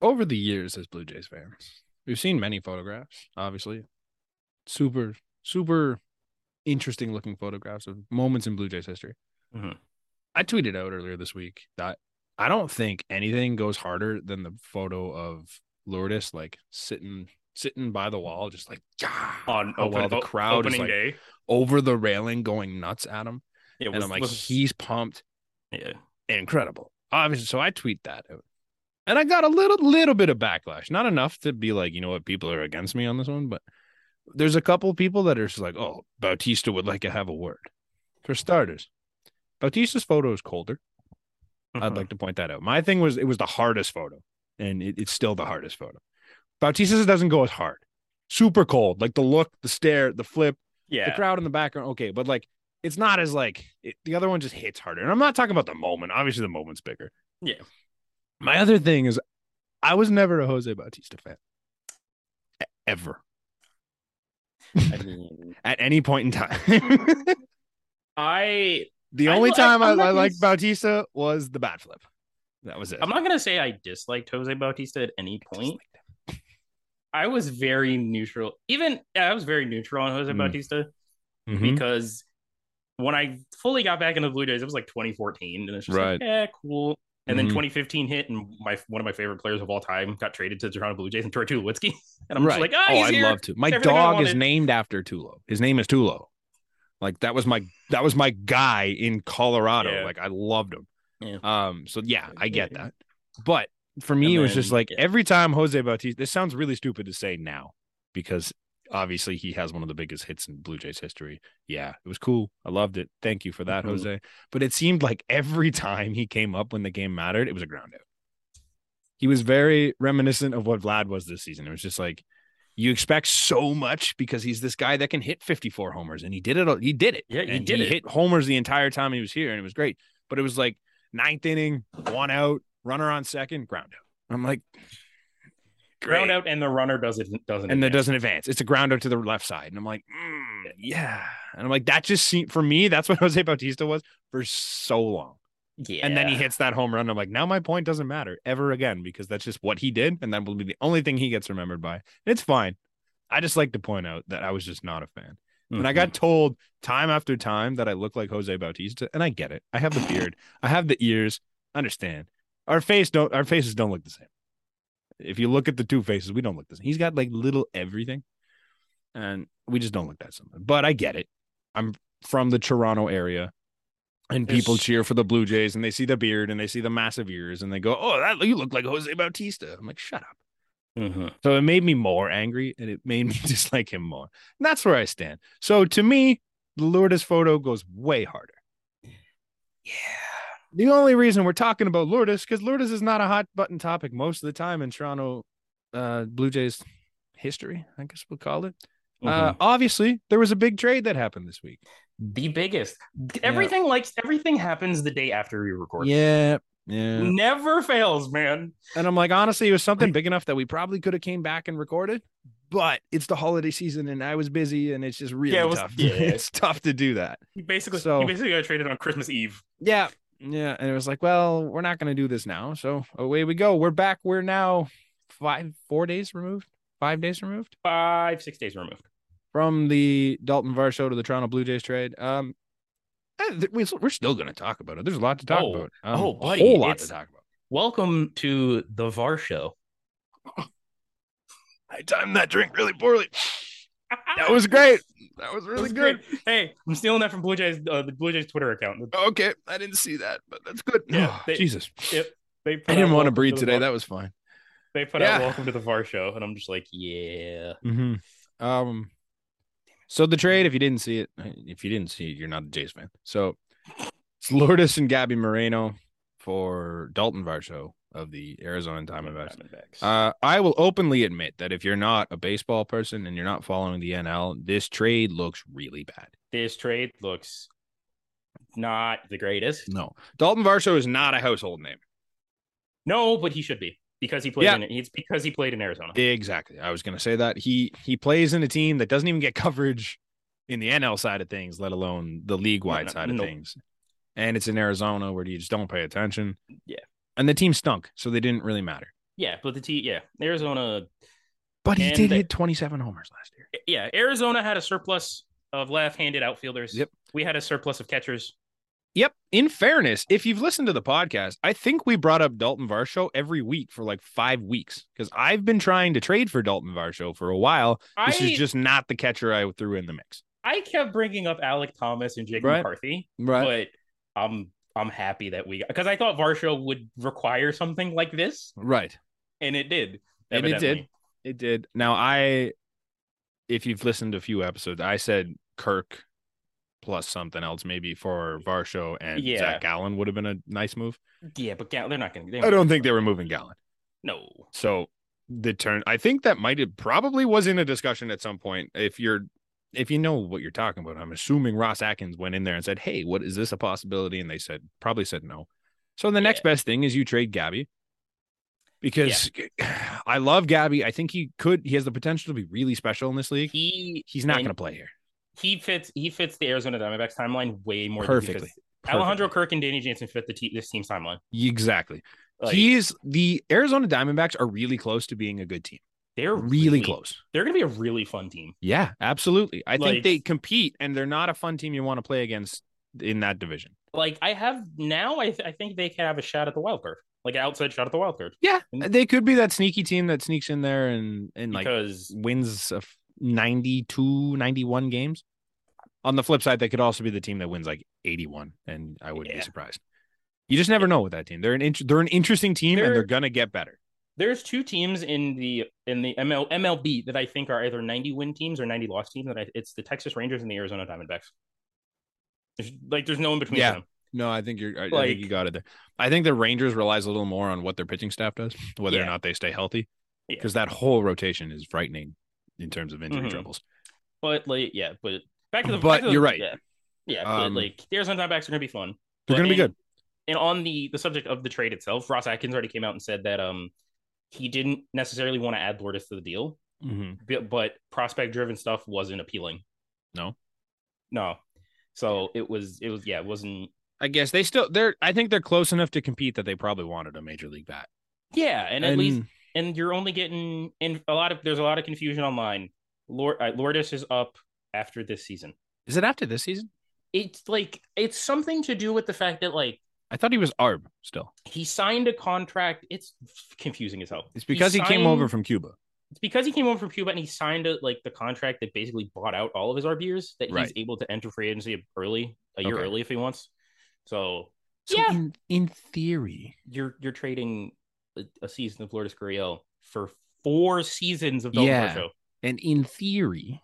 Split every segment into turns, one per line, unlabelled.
over the years as Blue Jays fans, we've seen many photographs, obviously. Super, super interesting looking photographs of moments in Blue Jays history.
Mhm.
I tweeted out earlier this week that I don't think anything goes harder than the photo of Lourdes like sitting sitting by the wall, just like yeah,
on
Oh, wow,
open,
the
o-
crowd is
opening
like-
day.
over the railing going nuts at him.
It
and I'm like, he's pumped.
yeah.
incredible. Obviously, so I tweet that out. And I got a little little bit of backlash. Not enough to be like, you know what, people are against me on this one, but there's a couple people that are just like, oh, Bautista would like to have a word. For starters, Bautista's photo is colder.
Uh-huh.
I'd like to point that out. My thing was it was the hardest photo, and it, it's still the hardest photo. Bautista's doesn't go as hard. Super cold, like the look, the stare, the flip, the
yeah.
crowd in the background okay but like it's not as like it, the other one just hits harder and i'm not talking about the moment obviously the moment's bigger
Yeah.
my other thing is i was never a jose bautista fan E- ever
I mean,
at any point in time
I
the
I
only
li- I-
time i,
I'm not
I
gonna
liked
s-
bautista was the bat flip that was it
I'm not gonna say I disliked Jose Bautista at any point. I was very neutral. Even I was very neutral on Jose
Mm.
Bautista
Mhm.
because when I fully got back into the Blue Jays, it was like 2014, and it's just
Right.
like, eh, cool. And then
Mhm.
2015 hit, and my one of my favorite players of all time got traded to the Toronto Blue Jays, and Troy Tulowitzki. And I'm just like, oh,
oh,
he's
I
here.
love to. My
everything I
dog is
wanted.
named after Tulo. His name is Tulo. Like that was my that was my guy in Colorado.
Yeah.
Like I loved him.
Yeah.
Um. So yeah, I get
Yeah.
that. But for me,
And
it was just
then-
like
yeah.
every time Jose Bautista. This sounds really stupid to say now because obviously he has one of the biggest hits in Blue Jays history. Yeah, it was cool. I loved it. Thank you for that,
Mhm.
Jose. But it seemed like every time he came up when the game mattered, it was a ground out. He was very reminiscent of what Vlad was this season. It was just like you expect so much because he's this guy that can hit 54 homers and he did it all- he did it
Yeah, he
And
did it.
hit homers the entire time he was here and it was great but it was like ninth inning one out runner on second ground out i'm like
ground
great.
out, and the runner doesn't doesn't.
and it
advance.
doesn't advance it's a ground out to the left side and i'm like mm, yeah and i'm like that just seemed for me that's what jose bautista was for so long
yeah.
and then he hits that home run i'm like now my point doesn't matter ever again because that's just what he did and that will be the only thing he gets remembered by and it's fine i just like to point out that i was just not a fan and I got told time after time that I look like Jose Bautista, and I get it. I have the beard, I have the ears. Understand? Our face don't. Our faces don't look the same. If you look at the two faces, we don't look the same. He's got like little everything, and we just don't look that similar. But I get it. I'm from the Toronto area, and people
It's-
cheer for the Blue Jays, and they see the beard, and they see the massive ears, and they go, "Oh, that you look like Jose Bautista." I'm like, "Shut up."
Mhm.
So it made me more angry and it made me dislike him more. And that's where I stand. So to me, the Lourdes photo goes way harder.
Yeah.
The only reason we're talking about Lourdes because Lourdes is not a hot button topic most of the time in Toronto uh, Blue Jays history, I guess we'll call it. Uh,
Mhm.
obviously, there was a big trade that happened this week.
the biggest. Everything like everything happens the day after we record.
Yeah. Yeah.
Never fails, man.
Mm. And I'm like, honestly, it was something big enough that we probably could have came back and recorded, but it's the holiday season and I was busy and it's just really
Yeah, it was-
tough.
yeah.
it's tough to do that.
He basically
So-
he basically got traded on Christmas Eve.
Yeah. Yeah. And it was like, well, we're not going to do this now. So away we go. We're back. We're now five, four days removed, five days removed
Five, six days removed.
from the Dalton Varsho to the Toronto Blue Jays trade. Um, eh, th- we- we're still going to talk about it. There's a lot to talk
Oh.
about. Um,
Oh, buddy,
a whole lot
it's-
to talk about.
Welcome to the VAR show.
I timed that drink really poorly. That was great. That was
That
really
was
good.
great. Hey, I'm stealing that from Blue Jays, uh, the Blue Jays Twitter account.
Okay, I didn't see that, but that's good.
Yeah,
Oh,
they-
Jesus,
Yep. They put
I didn't
out
want to
Welcome
breathe
the
today.
VAR-
That was fine.
they put out
Yeah.
Welcome to the VAR show, and I'm just like, yeah.
Mm-hmm. Um, so the trade, if you didn't see it, if you didn't see it, you're not a Jays fan. So it's Lourdes and Gabby Moreno for Dalton Varsho of the Arizona Diamondbacks.
Diamondbacks.
Uh, I will openly admit that if you're not a baseball person and you're not following the NL, this trade looks really bad.
this trade looks not the greatest.
No, Dalton Varsho is not a household name.
No, but he should be because he played
Yeah.
in it. It's because he played in Arizona.
Exactly. I was going to say that he he plays in a team that doesn't even get coverage in the NL side of things, let alone the league wide
no,
side of
no.
things. And it's in Arizona where you just don't pay attention.
Yeah.
And the team stunk, so they didn't really matter.
Yeah, but the T. Yeah, Arizona.
But he
And
did
they-
hit 27 homers last year.
Yeah, Arizona had a surplus of left-handed outfielders.
Yep.
We had a surplus of catchers.
Yep. In fairness, if you've listened to the podcast, I think we brought up Dalton Varsho every week for like five weeks because I've been trying to trade for Dalton Varsho for a while. This
I
is just not the catcher I threw in the mix.
I kept bringing up Alec Thomas and Jake
Right.
McCarthy,
Right.
but I'm I'm happy that we because I thought Varsho would require something like this,
right.
and it did.
And it did.
evidently.
It did. Now I if you've listened to a few episodes, I said Kirk plus something else maybe for Varsho and
Yeah.
Zach Allen would have been a nice move.
Yeah, but Gall- they're not going to.
I don't think they were moving Gallon.
No.
So the turn I think that might have probably was in a discussion at some point. If you're if you know what you're talking about, I'm assuming Ross Atkins went in there and said, Hey, what is this a possibility? And they said probably said no. So the next best thing is you trade Gabby. Because I love Gabby. I think he could he has the potential to be really special in this league.
He
He's not
and-
gonna play here.
he fits he fits the Arizona Diamondbacks timeline way more Than
Perfectly.
he fits- Alejandro Kirk and Danny Jansen fit the te- this team's timeline.
Perfectly. Exactly.
Like,
he is the Arizona Diamondbacks are really close to being a good team.
they're
Really close.
They're going to be a really fun team.
Yeah, absolutely. I think
Like-
they compete, and they're not a fun team you want to play against in that division.
Like I have now, I, th- I think they can have a shot at the wild card, like an outside shot at the wild card,
Yeah, Uh, they could be that sneaky team that sneaks in there and and like
because
wins a f- 92, 91 games. On the flip side, they could also be the team that wins like 81, and I wouldn't
Yeah.
be surprised. You just never know with that team. They're an int- they're an interesting team, and they're
They're-
gonna get better.
there's two teams in the in the ML, MLB that I think are either 90 win teams or 90 loss teams. That I, it's the Texas Rangers and the Arizona Diamondbacks. There's, like there's no in between
Yeah.
them.
No, I think you're. I,
think Like-
you
you
got it there. I think the Rangers relies a little more on what their pitching staff does, whether
whether or
or
Yeah.
not they stay healthy,
Yeah.
because that whole rotation is frightening in terms of injury
injury Mhm.
troubles.
But like yeah, but back to the.
But
back to the-
you're right.
Yeah, yeah.
Um,
but like the Arizona Diamondbacks are going to be fun.
They're
But-
going to be
and-
good.
And on the the subject of the trade itself, Ross Atkins already came out and said that um he didn't necessarily want to add Lourdes to the deal, bu- but prospect driven stuff wasn't appealing.
No?
no. So it was it was yeah it wasn't
I guess they still they're. I think they're close enough to compete that they probably wanted a major league bat.
yeah and at least and you're only getting in a lot of there's a lot of confusion online. Lord uh, Lourdes is up after this season.
is it after this season?
It's like it's something to do with the fact that like
I thought he was Arb still.
he signed a contract. It's confusing as hell.
It's because he, came
signed-
over from Cuba.
it's because he came over from Cuba and he signed a, like the contract that basically bought out all of his RB years that
Right.
he's able to enter free agency early, a year
Okay.
early if he wants. So
So
Yeah.
in, in theory,
you're you're trading a, a season of Lourdes Gurriel for four seasons of Dalton
Yeah.
Varsho.
and in theory,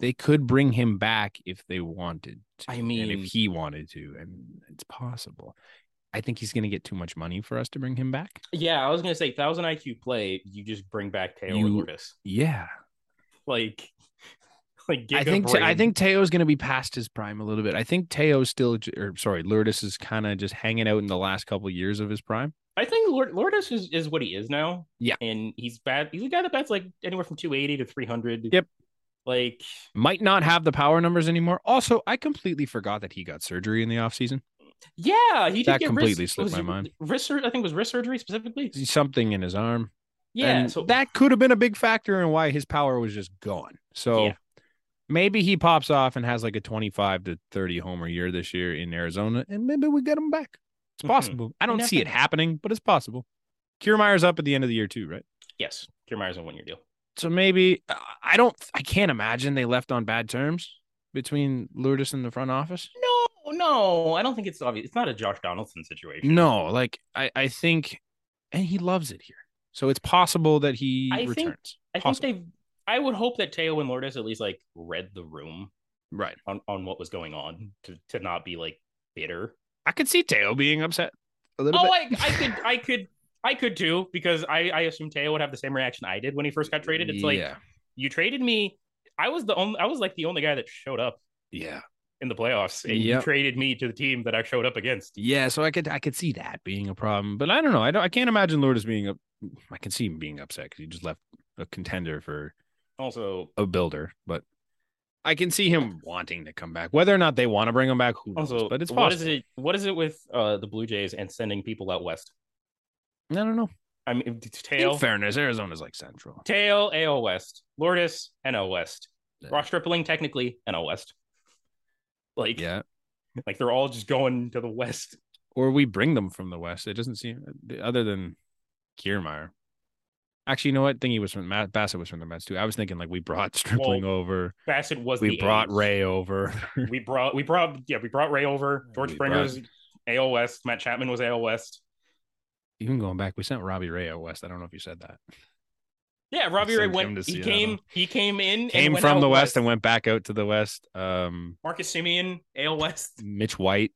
they could bring him back if they wanted. To,
I
and
mean-
if he wanted to, and it's possible. I think he's going to get too much money for us to bring him back.
Yeah, I was gonna say thousand IQ play. You just bring back Taylor
You-
Lourdes,
Yeah,
like like get
I
a
think Te- I
brain.
think Teo's going to be past his prime a little bit. I think Teo's still, j- or sorry, Lourdes is kind of just hanging out in the last couple years of his prime.
I think Lord Lourdes is, is what he is now.
Yeah.
and he's bad. He's a guy that bats like anywhere from two eighty to three hundred.
Yep.
Like
might not have the power numbers anymore. Also, I completely forgot that he got surgery in the offseason.
Yeah, he did
That
get
completely
wrist,
slipped
was
my
it
mind.
Wrist, sur- I think it was wrist surgery specifically.
Something in his arm.
Yeah,
And
so
that could have been a big factor in why his power was just gone. So
Yeah.
maybe he pops off and has like a 25 to 30 homer year this year in Arizona, and maybe we get him back. It's
Mhm.
possible. I don't see it
Nothing.
happening, but it's possible. Kiermaier's up at the end of the year, too, right?
yes, Jeremiah's on one year deal.
So maybe I- I don't, I can't imagine they left on bad terms between Lourdes and the front office.
No, no, I don't think it's obvious. It's not a Josh Donaldson situation.
No, like I, I think, and he loves it here, so it's possible that he
I think-
returns.
I think
Possible.
they. I would hope that Teo and Lourdes at least like read the room
right.
on, on what was going on to, to not be like bitter.
I could see Teo being upset a little
Oh,
bit.
I, I could, I could, I could too because I I assume Teo would have the same reaction I did when he first got traded. It's like
yeah,
you traded me. I was the only. I was like the only guy that showed up
yeah,
in the playoffs, and you
Yep.
traded me to the team that I showed up against.
yeah. So I could, I could see that being a problem, but I don't know. I don't. I can't imagine Lourdes being up. I can see him being upset because he just left a contender for
Also,
a builder, but. I can see him wanting to come back. Whether or not they want to bring him back, who knows?
also,
but it's possible.
what is it? What is it with uh, the Blue Jays and sending people out west?
I don't know.
I mean, Tail,
In fairness, Arizona's like central.
Tail, AL West, Lourdes, NL West,
Yeah.
Ross Stripling, technically NL West. Like,
Yeah.
like they're all just going to the West.
Or we bring them from the West. It doesn't seem other than Kiermeyer. Actually, you know what? Thinking he was from Matt Bassett was from the Mets too. I was thinking like we brought Stripling over.
Bassett was
We
the
brought
A's.
Ray over.
We brought we brought yeah we brought Ray over. George
We
Springer's AL West. Matt Chapman was AL West.
Even going back, we sent Robbie Ray out west. I don't know if you said that.
Yeah, Robbie Ray
sent him
went.
to
He
Seattle.
came. He came in.
Came
and went
from
out
the west, and went back out to the west. Um,
Marcus Simeon, AL West.
Mitch White,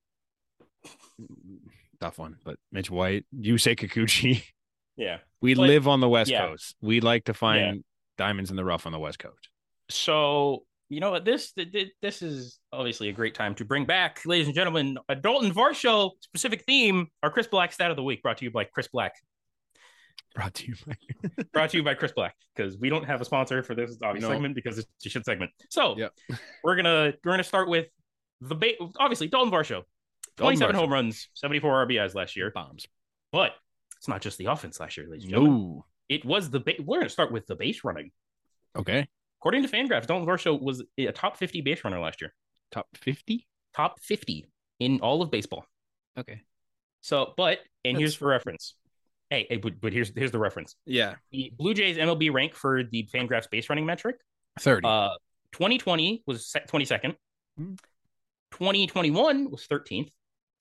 tough one, but Mitch White. You say Kikuchi.
Yeah.
We
But-
live on the west
yeah.
coast. We like to find diamonds in the rough on the west coast.
So you know what this th- th- this is obviously a great time to bring back, ladies and gentlemen, a Dalton Varsho specific theme. Our Chris Black stat of the week brought to you by Chris Black.
Brought to you by
brought to you by Chris Black because we don't have a sponsor for this obvious
No.
segment because it's a shit segment. So
Yep.
we're gonna we're gonna start with the bait. Obviously, Dalton Varsho, twenty-seven home runs, seventy-four RBIs last year.
bombs.
But it's not just the offense last year, ladies and gentlemen.
No.
It was the ba- we're gonna start with the base running.
Okay.
According to FanGraphs, Dalton Varsho was a top fifty base runner last year,
Top fifty.
top fifty in all of baseball.
Okay.
So, but and
That's-
here's for reference. Hey, hey, but, but here's here's the reference.
Yeah.
The Blue Jays MLB rank for the FanGraphs base running metric
Thirty.
Uh, 2020 was se- 22nd.
Hmm.
2021 was 13th.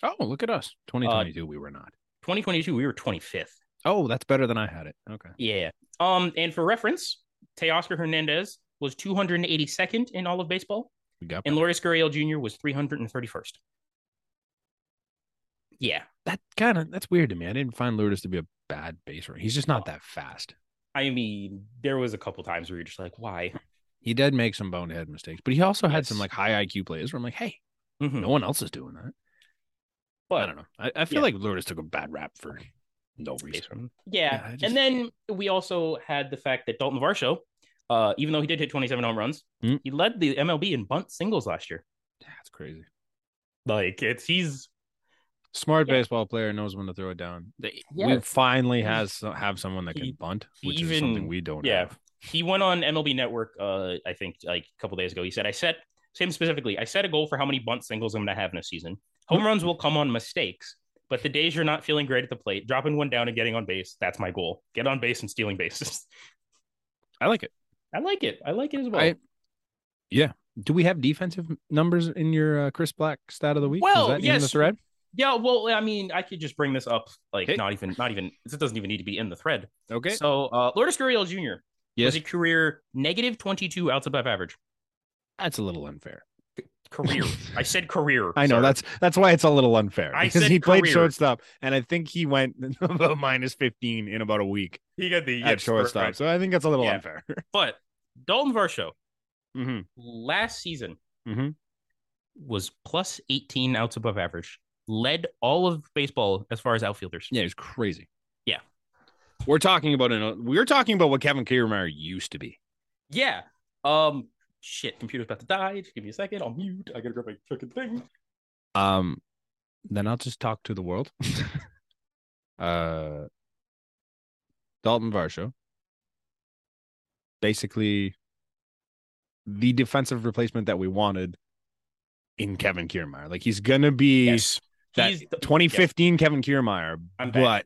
oh, look at
uh,
us. Twenty twenty two. we were not.
2022 we were 25th.
Oh, that's better than I had it. Okay.
Yeah. Um, and for reference, Teoscar Hernandez was 282nd in all of baseball,
We got
and Lourdes Gurriel Jr. was 331st. Yeah,
that kind of that's weird to me. I didn't find Lourdes to be a bad base runner. He's just not that fast.
I mean, there was a couple times where you're just like, why?
He did make some bonehead mistakes, but he also had some
Yes.
like high IQ plays where I'm like, hey,
Mhm.
no one else is doing that.
But
I don't know. I, I feel
yeah.
like Lourdes took a bad rap for no reason.
Base run. Yeah.
Yeah, I just-
And then we also had the fact that Dalton Varsho, uh, even though he did hit 27 home runs,
Mm.
he led the MLB in bunt singles last year.
That's crazy.
Like it's he's
Smart
Yeah.
baseball player knows when to throw it down. They, We
Yes.
finally
He-
has so- have someone that
he-
can bunt,
he
which is
even-
something we don't
yeah.
have.
he went on MLB Network uh I think like a couple days ago. He said I set him specifically, I set a goal for how many bunt singles I'm gonna have in a season.
Mm.
Home runs will come on mistakes, but the days you're not feeling great at the plate, dropping one down and getting on base, that's my goal. Get on base and stealing bases.
I like it.
I like it. I like it as well.
I- Do we have defensive numbers in your uh, Chris Black stat of the week?
Well,
is that in the
yes.
thread?
Yeah, well, I mean, I could just bring this up, like
Okay.
not even, not even. It doesn't even need to be in the thread.
Okay.
So, uh, Lourdes Gurriel Jr.
yes,
was a career negative twenty-two outs above average.
that's a little unfair.
Career, I said career.
I know
sir.
that's that's why it's a little unfair
I
because
said
he played
career.
shortstop, and I think he went about minus fifteen in about a week
he got the
at
yes, correct.
shortstop. So I think that's a little
Yeah.
unfair.
But Dalton Varsho
hmm
last season
Mhm.
was plus eighteen outs above average, led all of baseball as far as outfielders.
Yeah, it was crazy.
Yeah.
we're talking about an, we're talking about what Kevin Kiermaier used to be.
Yeah. Um. Shit, computer's about to die. Just give me a second. I'll mute. I gotta grab my freaking thing.
Um, then I'll just talk to the world. uh, Dalton Varsho, basically the defensive replacement that we wanted in Kevin Kiermaier. Like he's gonna be that
He's the-
2015 Kevin Kiermaier,
I'm back.
but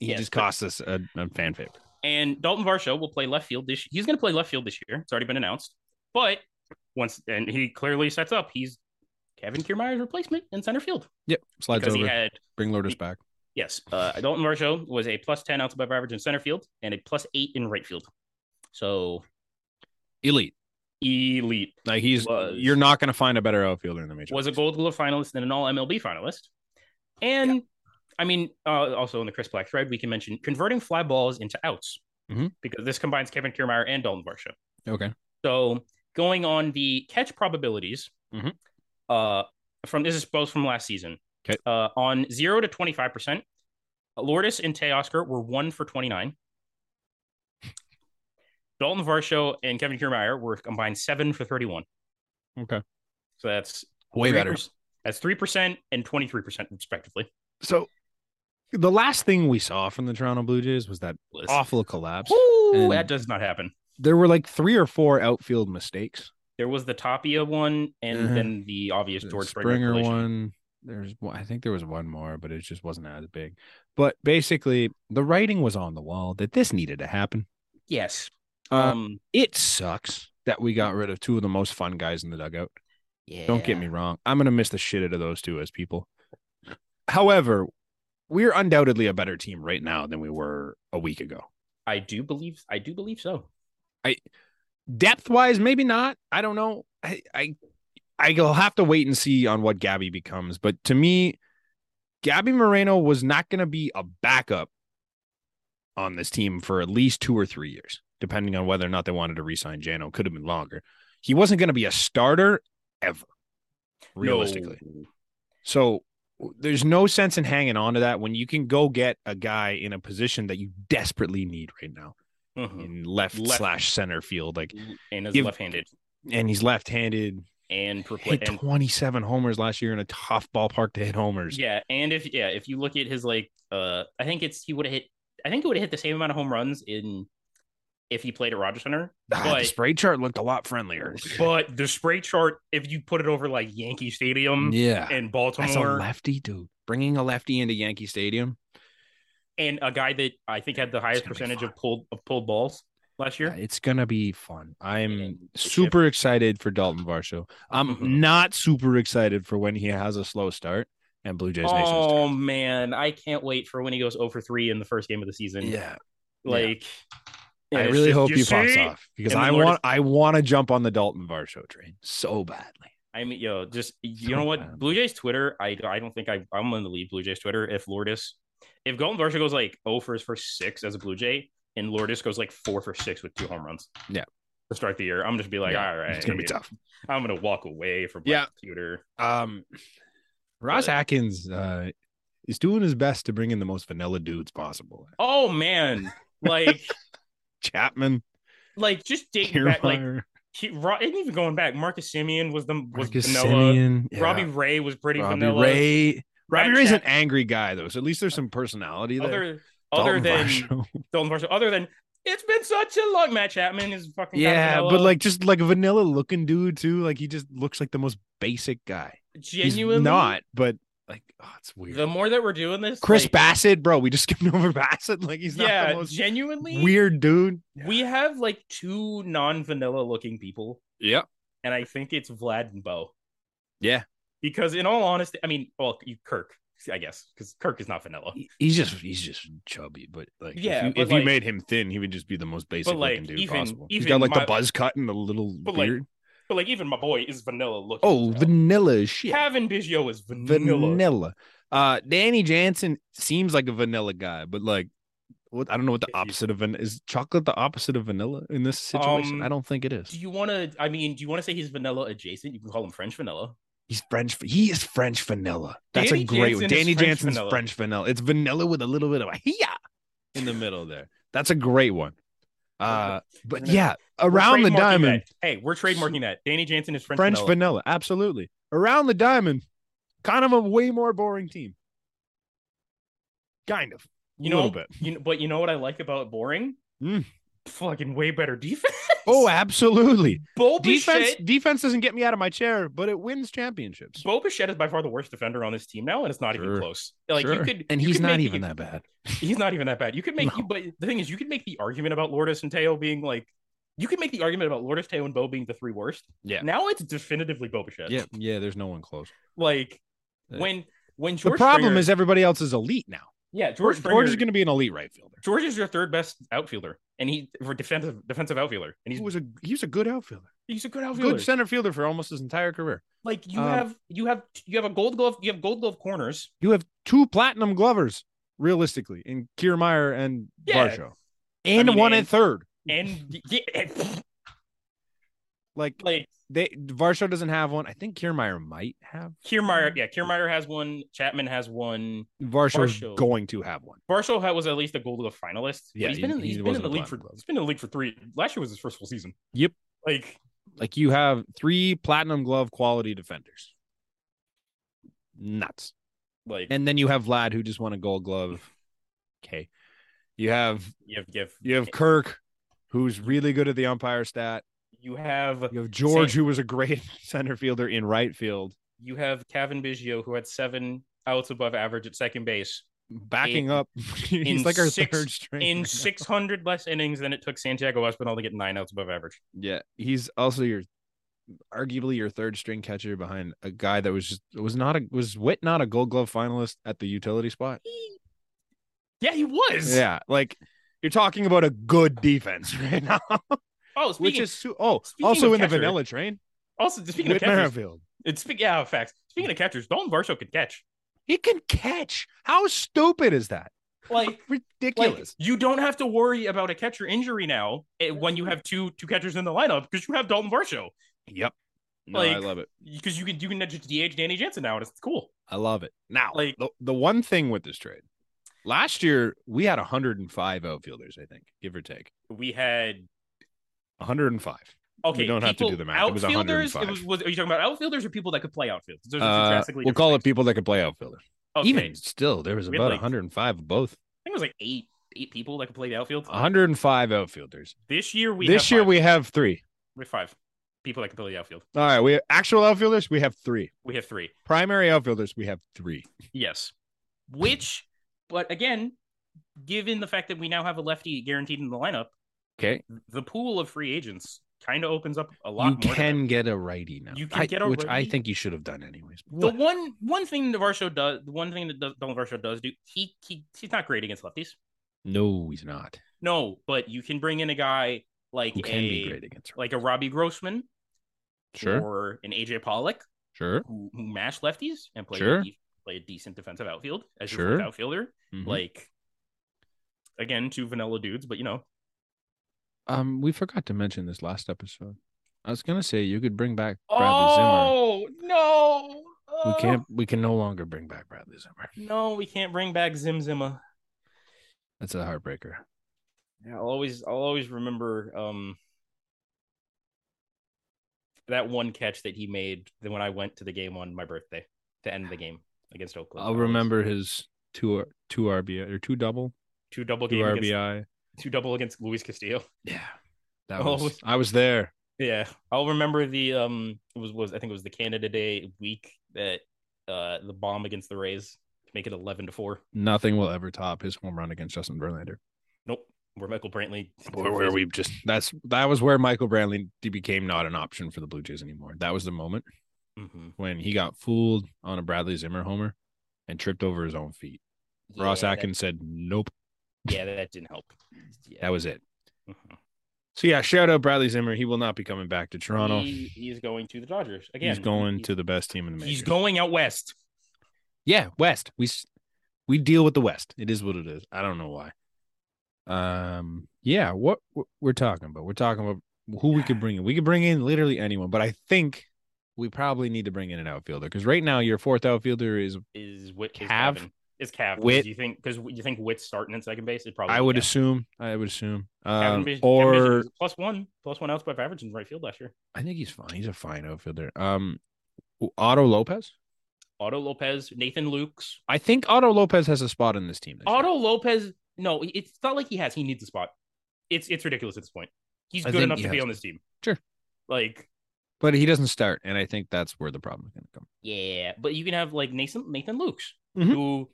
he
Yes,
just
but-
cost us a, a fan favorite.
And Dalton Varsho will play left field this. He's going to play left field this year. It's already been announced. But once and he clearly sets up, he's Kevin Kiermaier's replacement in center field
Yep, slides
because
over.
he had
Bring Lourdes
he-
back.
yes, uh, Dalton Varsho was a plus ten outs above average in center field and a plus eight in right field. So
Elite.
elite
Like he's
Was-
you're not gonna find a better outfielder in the major.
was a
leagues.
Gold Glove finalist and an All MLB finalist. And I mean, uh, also in the Chris Black thread, we can mention converting fly balls into outs
Mhm.
because this combines Kevin Kiermaier and Dalton Varsho.
Okay.
So going on the catch probabilities,
Mhm.
uh, from this is both from last season.
'Kay.
Uh, on zero to twenty five percent, Lourdes and Teoscar were one for twenty nine. Dalton Varsho and Kevin Kiermaier were combined seven for thirty one.
Okay.
So that's
Way
3%.
better.
That's three percent and twenty three percent respectively.
So the last thing we saw from the Toronto Blue Jays was that awful collapse.
Ooh,
And-
that does not happen.
There were like three or four outfield mistakes.
There was the Tapia one, and
Mhm.
then the obvious
The
George
Springer
collision.
one. There's one, I think there was one more, but it just wasn't as big. But basically, the writing was on the wall that this needed to happen.
Yes.
Uh,
Um.
It sucks that we got rid of two of the most fun guys in the dugout.
Yeah.
Don't get me wrong. I'm going to miss the shit out of those two as people. However, we're undoubtedly a better team right now than we were a week ago.
I do believe. I do believe so.
Depth wise, maybe not. I don't know. I, I I'll have to wait and see on what Gabby becomes. But to me, Gabby Moreno was not going to be a backup on this team for at least two or three years, depending on whether or not they wanted to re-sign Jano. Could have been longer. He wasn't going to be a starter ever, realistically.
No.
So w- there's no sense in hanging on to that when you can go get a guy in a position that you desperately need right now
Mhm.
in left,
Left.
slash center field. Like,
And is
Mm-hmm. Give-
left-handad
and he's left-handed.
and
Hit
perplex- and
27 homers last year in a tough ballpark to hit homers.
Yeah, and if yeah, if you look at his like uh I think it's he would have hit I think he would have hit the same amount of home runs in if he played at Rogers Center.
Ah, the
But
spray chart looked a lot friendlier.
but the spray chart, if you put it over like Yankee Stadium
yeah,
Um, and
that's a
Baltimore
lefty dude. Bringing a lefty into Yankee Stadium,
and a guy that I think had the highest
gonna be
percentage
fun.
of pulled of pulled balls last year.
it's gonna be fun. I'm
And-
super excited for Dalton Varsho. I'm
Mhm.
not super excited for when he has a slow start and Blue Jays Nation's
Oh man, I can't wait for when he goes 0 for 3 in the first game of the season.
Yeah,
Like
I
and it's
really
just,
hope
"You
he pops
see?"
off because
And the
I
Lord
want I want to jump on the Dalton Varsho train so badly.
I mean, yo, just you
So
know what,
bad.
Blue Jays Twitter. I I don't think I I'm gonna leave Blue Jays Twitter if Lourdes, if Golden Varsha goes like oh for his first six as a Blue Jay, and Lourdes goes like four for six with two home runs.
Yeah.
To start the year, I'm just be like,
Yeah,
all right,
It's gonna be tough.
I'm gonna walk away from
Yeah.
Black Computer.
Um, Ross
But-
Atkins uh, is doing his best to bring in the most vanilla dudes possible.
Oh man, like
Chapman,
like just dating back, like
Kiermaier,
he, Ro- and even going back, Marcus Simeon was the was
Marcus
vanilla.
Simeon, yeah,
Robbie Ray was pretty
Robbie
vanilla.
Ray. Robbie
Brad
Ray's an
Chap-
angry guy though, so at least there's some personality there.
other other
Dalton
than
Varsho.
Dalton Varsha, other than it's been such a long Matt Chapman is fucking kinda
yeah, but
vanilla.
like just like a vanilla looking dude too. Like he just looks like the most basic guy.
genuinely
He's not, but like oh, it's weird.
the more that we're doing this
Chris
like,
Bassett, bro. We just skipped over Bassett. Like he's not
yeah
the most
genuinely
weird dude.
we have like two non-vanilla looking people
Yeah.
and i think it's vlad and bo
Yeah.
because in all honesty i mean well you kirk i guess because kirk is not vanilla
He's just he's just chubby, but like if,
Yeah,
you,
but,
if you
like-
made him thin, he would just be the most basic
like,
looking dude
even-
possible. he's
even
got like
my-
the buzz cut and the little
But, like,
beard.
but like even my boy is vanilla looking
oh,
as well.
vanilla as shit.
Kevin Biggio is vanilla.
vanilla. Uh Danny Jansen seems like a vanilla guy, but like what I don't know what the
If you-
opposite of van is chocolate the opposite of vanilla in this situation?
Um,
I don't think it
Do
is.
you want to? I mean, do you want to say he's vanilla adjacent? You can call him French vanilla.
He's French. He is French vanilla. That's
Danny
a great one.
Jansen is
Danny
French
Jansen's
vanilla.
French vanilla. It's vanilla with a little bit of a yeah in the middle there. That's a great one. Uh, but
gonna-
yeah,
We're
around the
trademarking
diamond,
that. Hey, we're trademarking that. Danny Jansen is French,
French, vanilla.
vanilla.
absolutely. Around the diamond, kind of a way more boring team. Kind of,
You
a
know,
little bit.
You know, but you know what I like about boring?
Mm.
Fucking way better defense.
Oh, absolutely.
Bo
Defense,
Bichette.
defense doesn't get me out of my chair, but it wins championships.
Bo Bichette is by far the worst defender on this team now, and it's not even
Sure.
close. Like you
Sure.
could,
and
you
he's
could
not
make
even
the-
that bad.
He's not even that bad. You could make,
No.
but the thing is, you could make the argument about Lourdes and Teo being like, you could make the argument about Lourdes, Teo, and Bo being the three worst.
Yeah.
Now it's definitively Bo Bichette.
Yeah, yeah. There's no one close.
Like
Yeah.
when when
The
George
problem
Springer-
is everybody else is elite now.
yeah
George,
George
George is
Springer-
going to be an elite right fielder.
George is your third best outfielder, and he for defensive defensive outfielder,
He
and he's
was a he was a good outfielder,
he's a good outfielder.
good center fielder for almost his entire career.
Like you
Um,
have you have you have a gold glove you have gold glove corners.
You have two platinum glovers, realistically, in Kiermaier and
Yeah.
Varsho, and
mean,
one
and-
at third.
And, yeah, and-
Like
like
they Varsho doesn't have one. I think Kiermaier might have.
Kiermaier, yeah, Kiermaier has one. Chapman has one.
Varsho's
Varsho-
going to have one.
Barshall had- was at least a gold glove finalist. but
Yeah,
he's been
he-
in the,
he
he's been in
wasn't
the
a
league for
platinum glove.
he's been in the league for three. Last year was his first full season.
Yep.
Like
Like you have three platinum glove quality defenders. Nuts.
Like
And then you have Vlad who just won a gold glove. Okay. You have
you have, you have
you have Kirk who's really good at the umpire stat.
you have
You have George
Same.
who was a great center fielder in right field
you have Kevin Biggio who had seven outs above average at second base
backing
In-
up. He's
in
like our
six-
third string.
in
right
600 less innings than it took Santiago Espinal to get nine outs above average.
Yeah, he's also your arguably your third string catcher behind a guy that was just was not a was Witt not a Gold Glove finalist at the utility spot.
Yeah, he was.
Yeah, like you're talking about a good defense right now,
Oh,
which
speaking,
is su- oh
speaking
also
of
in the
catcher,
Vanilla Train.
also speaking of
Whit
catchers,
Merrifield,
it's speak, yeah, facts. Speaking of catchers, Dalton Varsho could catch.
he can catch. How stupid is that?
Like like
Ridiculous.
you don't have to worry about a catcher injury now eh, when you have two two catchers in the lineup because you have Dalton Varsho
yep. No, I
like-
love it.
because you can you can just DH Danny Jansen now and it's cool.
I love it. Now,
Like-
the, the one thing with this trade, last year we had 105 outfielders, I think, give or take.
We had
105.
okay.
don't have to
people-
do the math. It was
outfielders. It was,
105.
was- are you talking about outfielders or people that could play outfield? Those are two
Uh,
drastically
we'll call it
different
people that could play outfielder.
things. Okay.
Even still, there was
We had
about
like-
105 of both.
I think it was like eight eight people that could play the outfield.
105 outfielders.
This year we
this
have
year
five.
we have three.
we have five people that can play the outfield.
All right, we have actual outfielders. We have three
We have three.
primary outfielders. We have three.
Yes, which, but again, given the fact that we now have a lefty guaranteed in the lineup,
Okay,
the pool of free agents kind of opens up a lot
you
more. to them.
can get a righty now.
You can
I-
get a
which I
righty.
think you should have done anyways.
The
What?
one one thing that Varsho does, the one thing that does- Donald Varsho does do, he, he he's not great against lefties.
No, he's not.
No, but you can bring in a guy like
Who can be
a
great against? her.
like a Robbie Grossman
Sure,
or an AJ Pollock
sure,
who, who mash lefties and play
Sure.
a de- play a decent defensive outfield as your
Sure.
fourth outfielder.
Mhm.
Like again, two vanilla dudes, but you know,
um, we forgot to mention this last episode. I was gonna say you could bring back Bradley Zimmer.
oh no,
We
Oh,
can't. We can no longer bring back Bradley Zimmer.
No, we can't bring back Zim Zimma.
That's a heartbreaker.
Yeah, I'll always I'll always remember um that one catch that he made th- when I went to the game on my birthday to end the game against Oakland.
I'll
That was
remember his two R- two RBI or two double
two double
two
game against,
RBI.
two double against Luis Castillo.
Yeah, that
Oh,
was.
it-
I was there.
Yeah, I'll remember the um it was was I think it was the Canada Day week that uh the bomb against the Rays to make it eleven to four.
Nothing will ever top his home run against Justin Verlander.
Nope, where Michael Brantley.
Or where we just that's that was where Michael Brantley became not an option for the Blue Jays anymore. That was the moment
Mhm.
when he got fooled on a Bradley Zimmer homer and tripped over his own feet. Ross
Yeah, that-
Atkins said, "Nope."
yeah, that didn't help. Yeah,
That was it.
mhm.
So yeah, shout out Bradley Zimmer. He will not be coming back to Toronto.
He, he's going to the Dodgers again.
he's going
He's-
to the best team in the major.
He's going out west.
Yeah, West. We s- we deal with the West. It is what it is. I don't know why. Um. Yeah. What w- we're talking about? We're talking about who we could bring in. We could bring in literally anyone, but I think we probably need to bring in an outfielder because right now your fourth outfielder is
Is Wit
Cav?
is Kevin. Is Cav? 'cause
Wit?
You think because you think Wit's starting at second base? It probably
I would
Cav.
assume. I would assume.
Kevin
Um,
Biggio- Kevin Biggio
or
was plus one, plus one outs by average in right field last year.
I think he's fine. He's a fine outfielder. Um, Otto Lopez.
Otto Lopez, Nathan Lukes.
I think Otto Lopez has a spot in this team. This year.
Otto Lopez. No, it's not like he has. He needs a spot. It's it's ridiculous at this point. He's
I
good
think
enough
he
to be
has
on this team.
Sure.
Like
but he doesn't start, and I think that's where the problem is going to come.
yeah, but you can have like Nathan Nathan Lukes,
Mhm.
who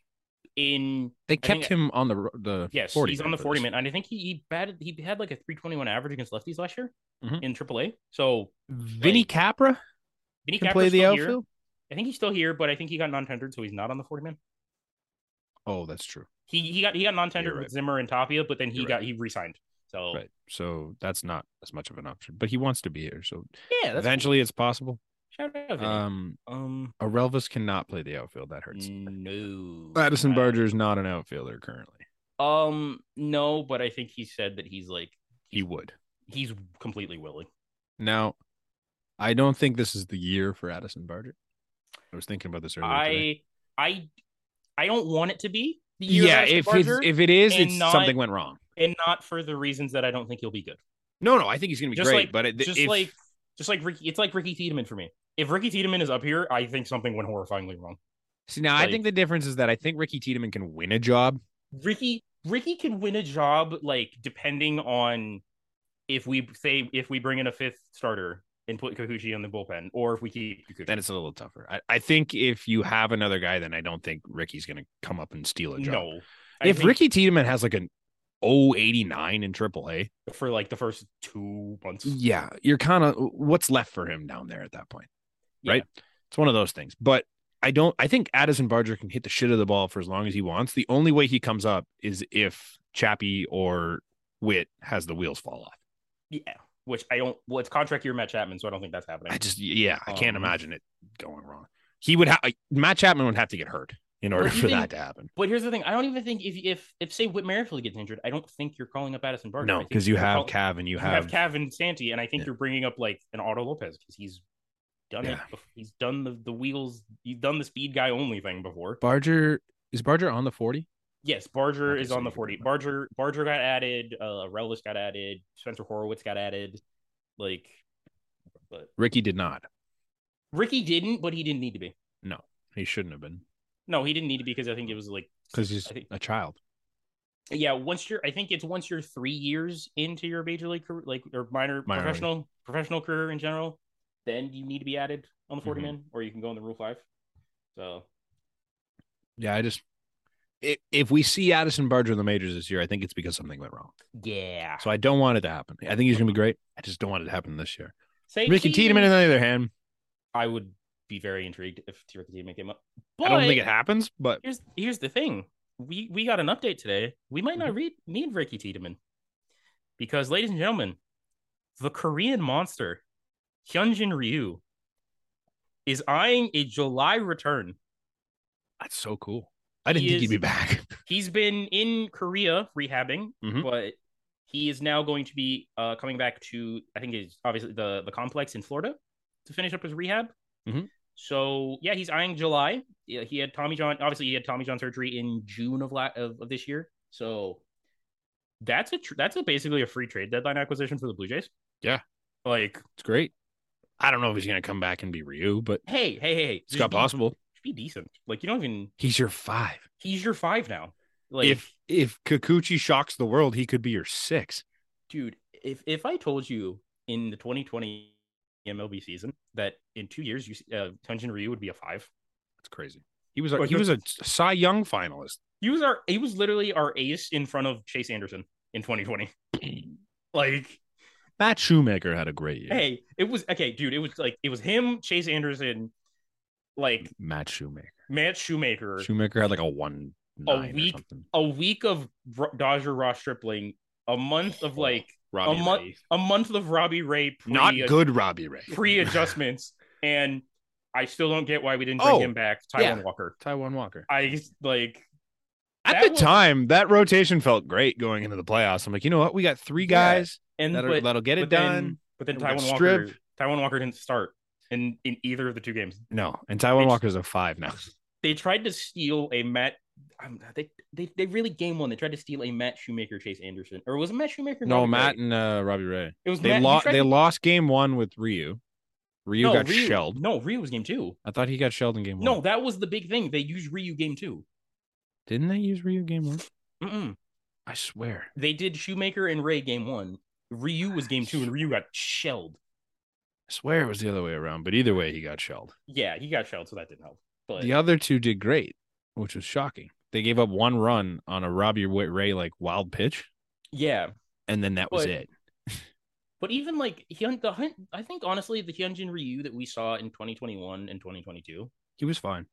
in
They
think-
kept him on the ro- the
Yes,
40
he's
man
on the
for
40
this.
man. And I think he, he batted he had like a 321 average against lefties last year
Mhm.
in AAA. So
Vinny
Like,
Capra
Vinny
can
Capra's
play the
still here.
outfield.
I think he's still here, but I think he got non-tendered, so he's not on the 40 man.
Oh, that's true.
He he got he got non-tendered
You're
with Zimmer and Tapia, but then he
You're
got he resigned. So
Right. So that's not as much of an option, but he wants to be here. So
yeah, that's
eventually it's possible.
shout out. Vinny.
Um,
um
Arelvis cannot play the outfield. That hurts.
no.
Madison
Mm. Uh,
Barger is not an outfielder currently.
Um no, but I think he said that he's like
He would.
he's completely willing.
Now, I don't think this is the year for Addison Barger. I was thinking about this earlier. today.
I I I don't want it to be the year of
Yeah,
Madison
if it's,
Barger,
if it is,
and
it's
not-
something went wrong.
and not for the reasons that I don't think he'll be good.
No, no, I think he's going to be
Just
great,
like-
but it,
just
if,
like just like Ricky, it's like Ricky Tiedemann for me. If Ricky Tiedemann is up here, I think something went horrifyingly wrong.
See, now I
Like-
think the difference is that I think Ricky Tiedemann can win a job.
Ricky Ricky can win a job like depending on if we say if we bring in a fifth starter and put Kikuchi on the bullpen or if we keep Kikuchi.
Then it's a little tougher. I, I think if you have another guy, then I don't think Ricky's going to come up and steal a job.
no. I
if
think
Ricky Tiedemann has like an 089 in AAA,
for like the first two months.
yeah, you're kind of what's left for him down there at that point,
Yeah.
right? It's one of those things. But I don't. I think Addison Barger can hit the shit of the ball for as long as he wants. The only way he comes up is if Chappie or Witt has the wheels fall off.
Yeah. Which I don't well, it's contract year Matt Chapman, so I don't think that's happening.
I just yeah, I can't
Um,
imagine it going wrong. He would have Matt Chapman would have to get hurt in order
Well, you
for
think-
that to happen.
But here's the thing: I don't even think if if if say Whit Merrifield gets injured, I don't think you're calling up Addison Barger. I
No,
think
because you
you're
have
call-
Cav and you
you have
have
Cav and Santi, and I think
Yeah.
you're bringing up like an Auto Lopez because he's done
Yeah.
it. Before. He's done the the wheels. He's done the speed guy only thing before.
Barger. Is Barger on the forty?
Yes, Barger
Okay,
is
so
on
you
the
can
forty.
put him up.
Barger Barger got added. Uh, Relish got added. Spencer Horowitz got added. Like, but
Ricky did not.
Ricky didn't, but he didn't need to be.
He shouldn't have been
No, he didn't need to be because I think it was like
because he's
I think-
a child.
yeah once you're i think it's once you're three years into your major league career like or
Minor
minor,
league.
professional professional career in general then you need to be added on the 40
Mhm.
man or you can go in the rule five so
Yeah, I just if, if we see Addison Barger in the majors this year, I think it's because something went wrong.
yeah
So I don't want it to happen. I think he's gonna be great. I just don't want it to happen this year.
say
Ricky Tiedemann, on the other hand,
i would be very intrigued if Ricky Tiedemann came up
I
but
don't think it happens, but
here's here's the thing we we got an update today we might
Mm-hmm.
not read need Ricky Tiedemann because ladies and gentlemen the Korean monster Hyunjin Ryu is eyeing a July return
that's so cool. I didn't
He
think
is-
he'd be back.
he's been in Korea rehabbing,
Mhm.
but he is now going to be uh, coming back to I think is obviously the the complex in Florida to finish up his rehab.
Mhm.
So yeah, he's eyeing July. Yeah, He had Tommy John. Obviously, he had Tommy John surgery in June of la- of, of this year. So that's a tr- that's a basically a free trade deadline acquisition for the Blue Jays.
Yeah.
like
It's great. I don't know if he's gonna come back and be Ryu, but
hey, hey, hey, hey,
it's got
be-
possible.
just Be decent. Like you don't even.
He's your five.
He's your five now. Like
if if Kikuchi shocks the world, he could be your six.
dude if if i told you in the 2020 mlb season that in two years you uh Tunjin ryu would be a five
That's crazy. He was a,
Well,
he was a Cy Young finalist.
he was our he was literally our ace in front of chase anderson in 2020 like
Matt Shoemaker had a great year.
hey it was okay dude it was like it was him chase anderson like
Matt Shoemaker.
matt shoemaker
Shoemaker had like a one nine or
week-
something.
a week of Ro- dodger ross stripling a month of like
Robbie
a month-
Ray.
a month of robbie ray pre-
Oh.
uh,
Not good Robbie Ray.
pre-adjustments and i still don't get why we didn't bring
Oh,
him back
yeah.
taiwan walker
Taiwan Walker.
I like
At
That
the
was-
time, that rotation felt great going into the playoffs. I'm like, you know what? We got three
Yeah.
guys
and
that
but,
are, that'll get it
but then-
done.
but then
and we got
Taiwan Walker
Strip.
Taiwan Walker didn't start in in either of the two games.
No, and Taiwan
It's-
Walker's a five now.
They tried to steal a Matt. I'm, they, they they really game one. They tried to steal a Matt Shoemaker Chase Anderson or was it Matt Shoemaker?
No,
Robbie
Matt
Ray?
and uh, Robbie Ray.
It was
They
Matt.
lost.
you tried
They
to-
lost game one with Ryu. Ryu
no,
got
Ryu-
shelled.
No, Ryu was game two.
I thought he got shelled in game one.
No, that was the big thing. They used Ryu game two.
didn't they use Ryu game one?
Mm-mm.
I swear.
They did Shoemaker and Ray game one. Ryu was game two, and Ryu got shelled.
I swear it was the other way around. But either way, he got shelled.
Yeah, he got shelled, so that didn't help. But
The other two did great, which was shocking. They gave up one run on a Robbie Ray like wild pitch,
yeah,
and then that was
But-
it.
But even like Hyun, the Hyun, I think honestly, the Hyunjin Ryu that we saw in 2021 and 2022,
He was fine.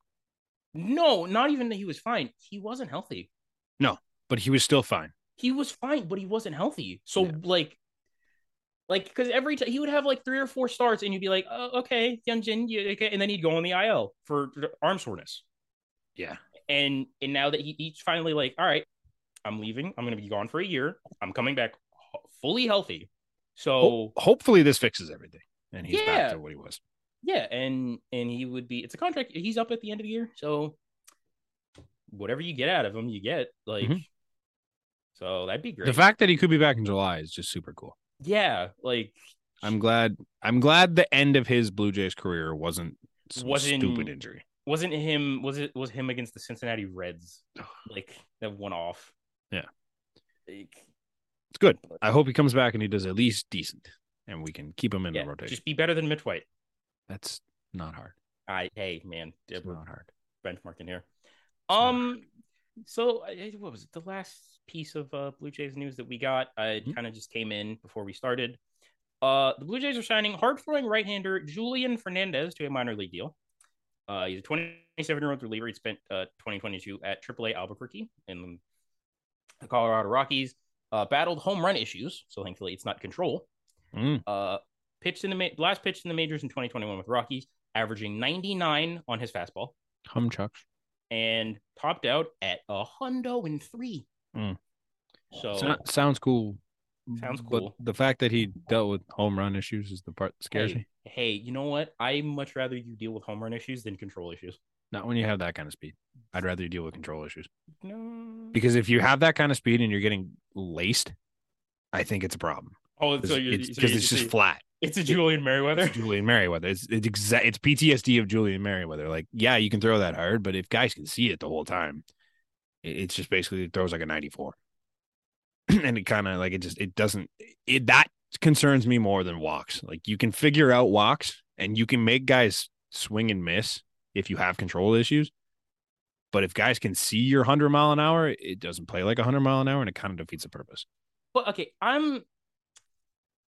no, not even that he was fine. He wasn't healthy.
but he was still fine.
He was fine, but he wasn't healthy. So
Yeah.
like, like because every time he would have like three or four starts, and you'd be like, oh, okay, Hyunjin, you, okay, and then he'd go on the IL for arm soreness.
Yeah.
And and now that he, he's finally like, all right, I'm leaving. I'm gonna be gone for a year. I'm coming back h- fully healthy. So.
hopefully this fixes everything. And he's
Oh. Yeah.
back to what he was.
Yeah, and and he would be. It's a contract. He's up at the end of the year, so whatever you get out of him, you get. Like,
Mhm.
so that'd be great.
The fact that he could be back in July is just super cool.
yeah, like
I'm glad I'm glad the end of his Blue Jays career wasn't some
Wasn't-
stupid injury.
wasn't him was it was him against the Cincinnati Reds like that one off.
Yeah.
Like,
It's good. I hope he comes back and he does at least decent, and we can keep him in
yeah,
the rotation.
just be better than Mitch White.
That's not hard.
I hey man, yeah,
It's
we're
not hard.
benchmarking here. Um, so I- what was it? The last piece of uh, Blue Jays news that we got, uh, it
Mhm.
kind of just came in before we started. Uh, the Blue Jays are signing hard throwing right hander Julian Fernandez to a minor league deal. Uh, he's a 27 year old reliever. He spent uh, 2022 at AAA Albuquerque in the Colorado Rockies. Uh, battled home run issues, so thankfully it's not control.
Mm.
Uh, pitched in the ma- last pitched in the majors in 2021 with Rockies, averaging 99 on his fastball
Hum chucks.
and topped out at a hundo and three.
Mm.
So
So, sounds cool.
Sounds cool.
But the fact that he dealt with home run issues is the part that scares
hey,
me.
hey, you know what? I much rather you deal with home run issues than control issues.
Not when you have that kind of speed. I'd rather you deal with control issues.
No.
Because if you have that kind of speed and you're getting laced, I think it's a problem.
oh,
Because
so you're
it's,
so
'cause
you're
it's just
saying-
flat.
it's a Julian Merriweather.
It's Julian Merriweather. It's it's exact. It's PTSD of Julian Merriweather. Like, yeah, you can throw that hard, but if guys can see it the whole time, it, it's just basically it throws like a 94, and it kind of like it just it doesn't it that concerns me more than walks. Like you can figure out walks and you can make guys swing and miss if you have control issues. But if guys can see your 100 mile an hour, it doesn't play like 100 mile an hour and it kind of defeats the purpose.
But okay, I'm.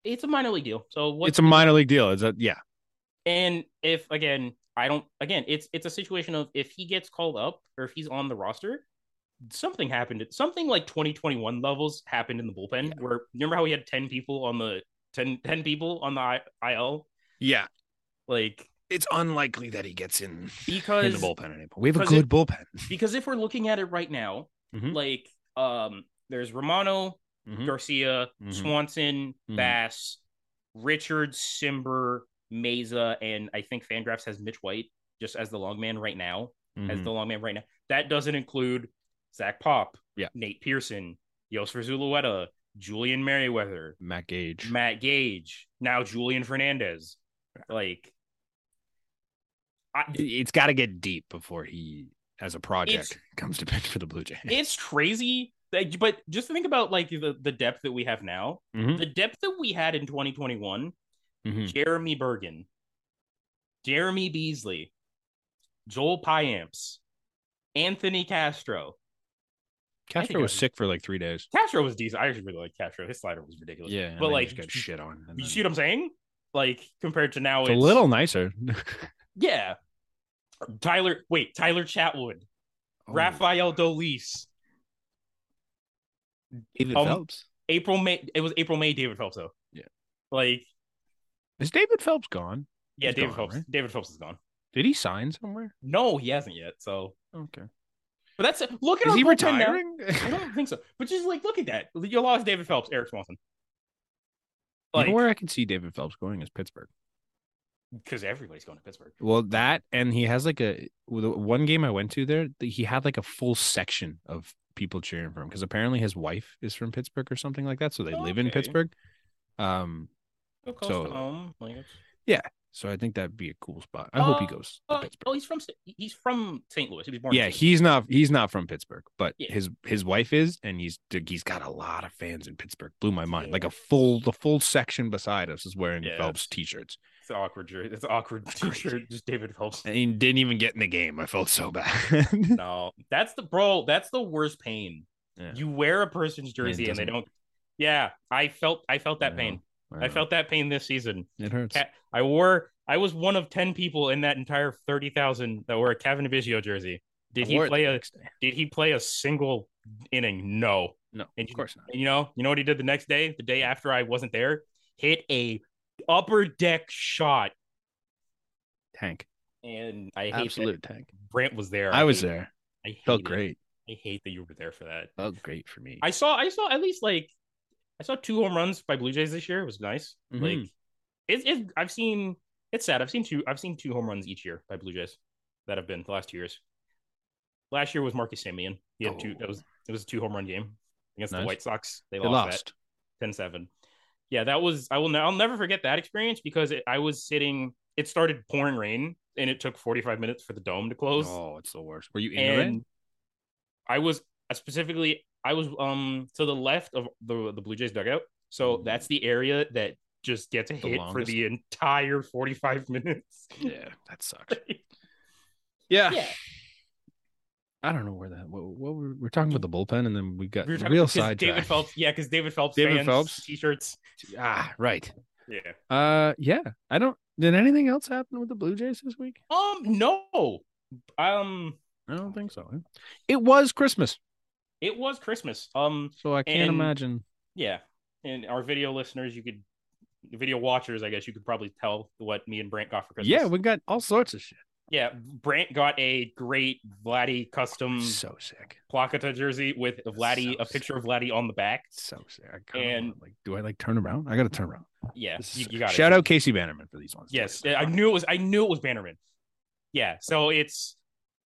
It's a minor league deal. So what?
It's a minor league deal. It's a, yeah.
and if again, I don't. Again, it's it's a situation of if he gets called up or if he's on the roster, something happened. Something like 2021 levels happened in the bullpen. Where remember how we had 10 people on the 10, 10 people on the I- IL,
Yeah.
like
it's unlikely that he gets in in the
because
bullpen anymore. We have a
because
good
it-
bullpen.
because if we're looking at it right now,
Mhm.
like um, there's Romano, Garcia,
Mhm.
Swanson,
Mhm.
Bass, Richard, Simber, Mesa, and I think Fangraphs has Mitch White just as the long man right now. As the long man right now. That doesn't include Zach Pop,
Yeah.
Nate Pearson, Yosfer Zulueta, Julian Merriweather,
Matt Gage.
Matt Gage, now Julian Fernandez. Like I,
It- it's got to get deep before he, as a project,
It's-
comes to pitch for the Blue Jays.
it's crazy. Like, But just think about like the, the depth that we have now.
Mhm.
The depth that we had in 2021
Mhm.
Jeremy Bergen, Jeremy Beasley, Joel Piamps, Anthony Castro.
Castro
I
was
was-
sick for like three days.
Castro was decent. I actually really like Castro. His slider was ridiculous.
Yeah, and
but
then he
like,
just got
you-
shit on. and
you
then-
see what I'm saying? Like compared to now,
it's
it's,
a little nicer.
Yeah, Tyler. Wait, Tyler Chatwood,
Oh,
Rafael Dolis,
David
um,
Phelps.
April May. It was April May. David Phelps though.
Yeah.
Like
Is David Phelps gone?
yeah,
He's
David
gone,
Phelps.
right?
David Phelps is gone.
Did he sign somewhere?
No, he hasn't yet. So,
Okay.
but that's look at
Is
our
he
bullpen now.
retiring?
I don't think so. But just like look at that. You lost David Phelps, Eric Swanson.
you
Like
know where I can see David Phelps going is Pittsburgh.
because everybody's going to Pittsburgh.
Well, that and he has like a well, the one game I went to there. th- He had like a full section of people cheering for him because apparently his wife is from Pittsburgh or something like that, so they live in
Okay.
Pittsburgh. Um,
Go close
So-
to home. Like, it's-
so I think that'd be a cool spot. I hope he
Uh,
goes to
oh,
Pittsburgh.
oh, he's from St- he's from St. Louis. He was born. in
Yeah,
St.
he's not he's not from Pittsburgh, but
Yeah.
his his wife is, and he's dude, he's got a lot of fans in Pittsburgh. Blew my mind.
Yeah.
Like a full the full section beside us is wearing
Yeah,
Phelps
it's-
t-shirts.
Louis. It's an awkward. jer- It's an awkward T-shirt. Just David Phelps.
And he didn't even get in the game. I felt so bad.
No, that's the bro. That's the worst pain.
Yeah.
You wear a person's jersey and they
doesn't-
don't. Yeah, I felt. I felt that
I know,
pain. I
know.
felt that pain this season.
it hurts.
Ca- I wore. I was one of ten people in that entire thirty thousand that wore a Kevin Biggio jersey. Did
I
he
wore it the
play a?
next day.
Did he play a single inning? No.
No,
And
of
you-
course not.
And you know, you know what he did the next day, the day after I wasn't there, hit a upper deck shot,
Tank.
and I hate
Absolute tank.
that Brant was there.
I was
hate-
there.
I hate
Felt
it.
great.
I hate that you were there for that.
Felt great for me.
I saw. I saw at least like, I saw two home runs by Blue Jays this year. It was nice.
Mhm.
Like, it's. It, I've seen. It's sad. I've seen two. I've seen two home runs each year by Blue Jays that have been the last two years. Last year was Marcus Simeon. He had two.
Oh.
That was. It was a two home run game against the
Nice.
White Sox. They,
they
lost. that.
lost.
10 7. Yeah, that was, I will, ne- I'll never forget that experience because it, I was sitting, it started pouring rain and it took 45 minutes for the dome to close.
Oh, it's the worst. Were you into it?
and I was I specifically I was um to the left of the the Blue Jays dugout. So
Mm.
that's the area that just gets a
The
hit for
longest?
the entire 45 minutes.
Yeah, that sucks. yeah.
Yeah.
I don't know where that. What, what were, we are talking about the bullpen, and then we got
We were talking-
real
'cause
side
David Phelps, yeah, because David Phelps
David
fans
Phelps.
t-shirts.
Ah, right.
Yeah.
Uh, yeah. I don't. Did anything else happen with the Blue Jays this week?
Um, no. Um
I don't think so. It was Christmas,
it was Christmas. Um,
so I can't
And-
imagine.
yeah. And our video listeners, you could video watchers, I guess you could probably tell what me and Brant got for Christmas.
Yeah, we got all sorts of shit.
Yeah, Brant got a great Vladdy custom
So sick.
Placata jersey with Vladdy,
so
a picture of Vladdy on the back.
So sick. I kinda
And-
wanna, like, do I like turn around? I got to turn around.
Yeah,
This is
you,
sick.
you got
Shout
it.
out Casey Bannerman for these ones.
Yes, I knew it was. I knew it was Bannerman. Yeah, so it's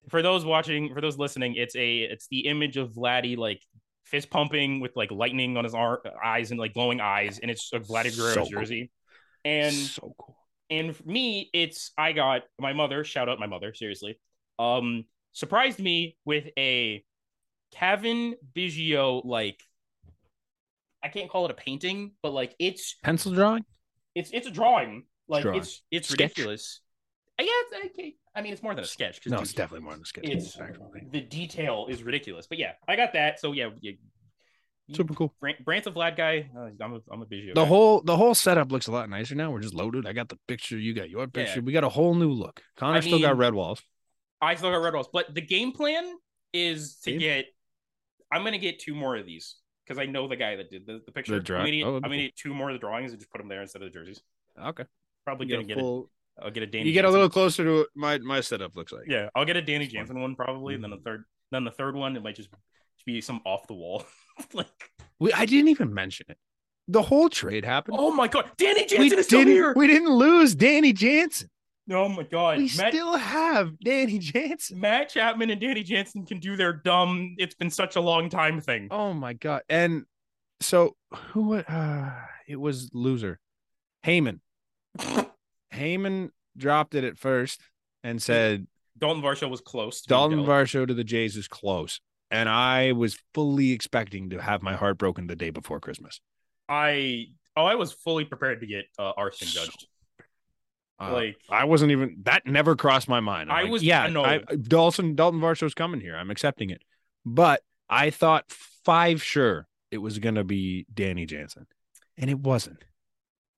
for those watching, for those listening, it's a it's the image of Vladdy like fist pumping with like lightning on his ar- eyes and like glowing eyes, and it's a Vladdy Guerrero
So cool.
jersey. And
so cool.
and for me it's i got my mother shout out my mother seriously um surprised me with a Kevin biggio like i can't call it a painting but like it's
Pencil drawing.
it's it's a drawing like
Drawing.
it's it's
Sketch?
ridiculous i guess okay. i mean it's more than a sketch 'cause
No,
dude,
it's definitely more than a sketch.
it's-
actually.
the detail is ridiculous but yeah i got that so yeah you,
super cool.
Brant, Brant's a Vlad guy. Uh, I'm a I'm a Biggio.
The
guy.
whole the whole setup looks a lot nicer now. We're just loaded. I got the picture. You got your picture. We got a whole new look. Connor
I
still got
mean-
red walls.
I still got red walls, but the game plan is to
See?
get. I'm gonna get two more of these because I know the guy that did the, the picture.
draw-
I'm, gonna get,
oh,
I'm gonna
cool.
get two more of the drawings and just put them there instead of the jerseys.
Okay,
Probably
You
gonna
get
get.
a
A,
full-
I'll get a Danny.
you get a
Jansen.
little closer to what my my setup looks like.
Yeah, I'll get a Danny
That's fine. Mm.
Jansen one probably, and then the third. Then the third one, it might just be some off the wall. like,
We, I didn't even mention it. The whole trade happened.
oh my god, Danny Jansen
we
is still
didn't.
here.
We didn't lose Danny Jansen.
oh my god,
We
Matt,
still have Danny Jansen.
Matt Chapman and Danny Jansen can do their dumb. It's been such a long time thing.
Oh my god! And so who? wa- Uh, it was loser, Heyman. Oh. Heyman dropped it at first and said,
Dalton Varsho was close. to being
Dalton
dealt.
Varsho to the Jays is close. And I was fully expecting to have my heart broken the day before Christmas.
I oh, I was fully prepared to get uh, arson
So,
judged.
Uh,
like
I wasn't even that never crossed my mind. I'm
I
like,
was-
yeah,
I know.
I, Dalton Dalton Varsho's coming here. I'm accepting it. But I thought five sure it was gonna be Danny Jansen. And it wasn't.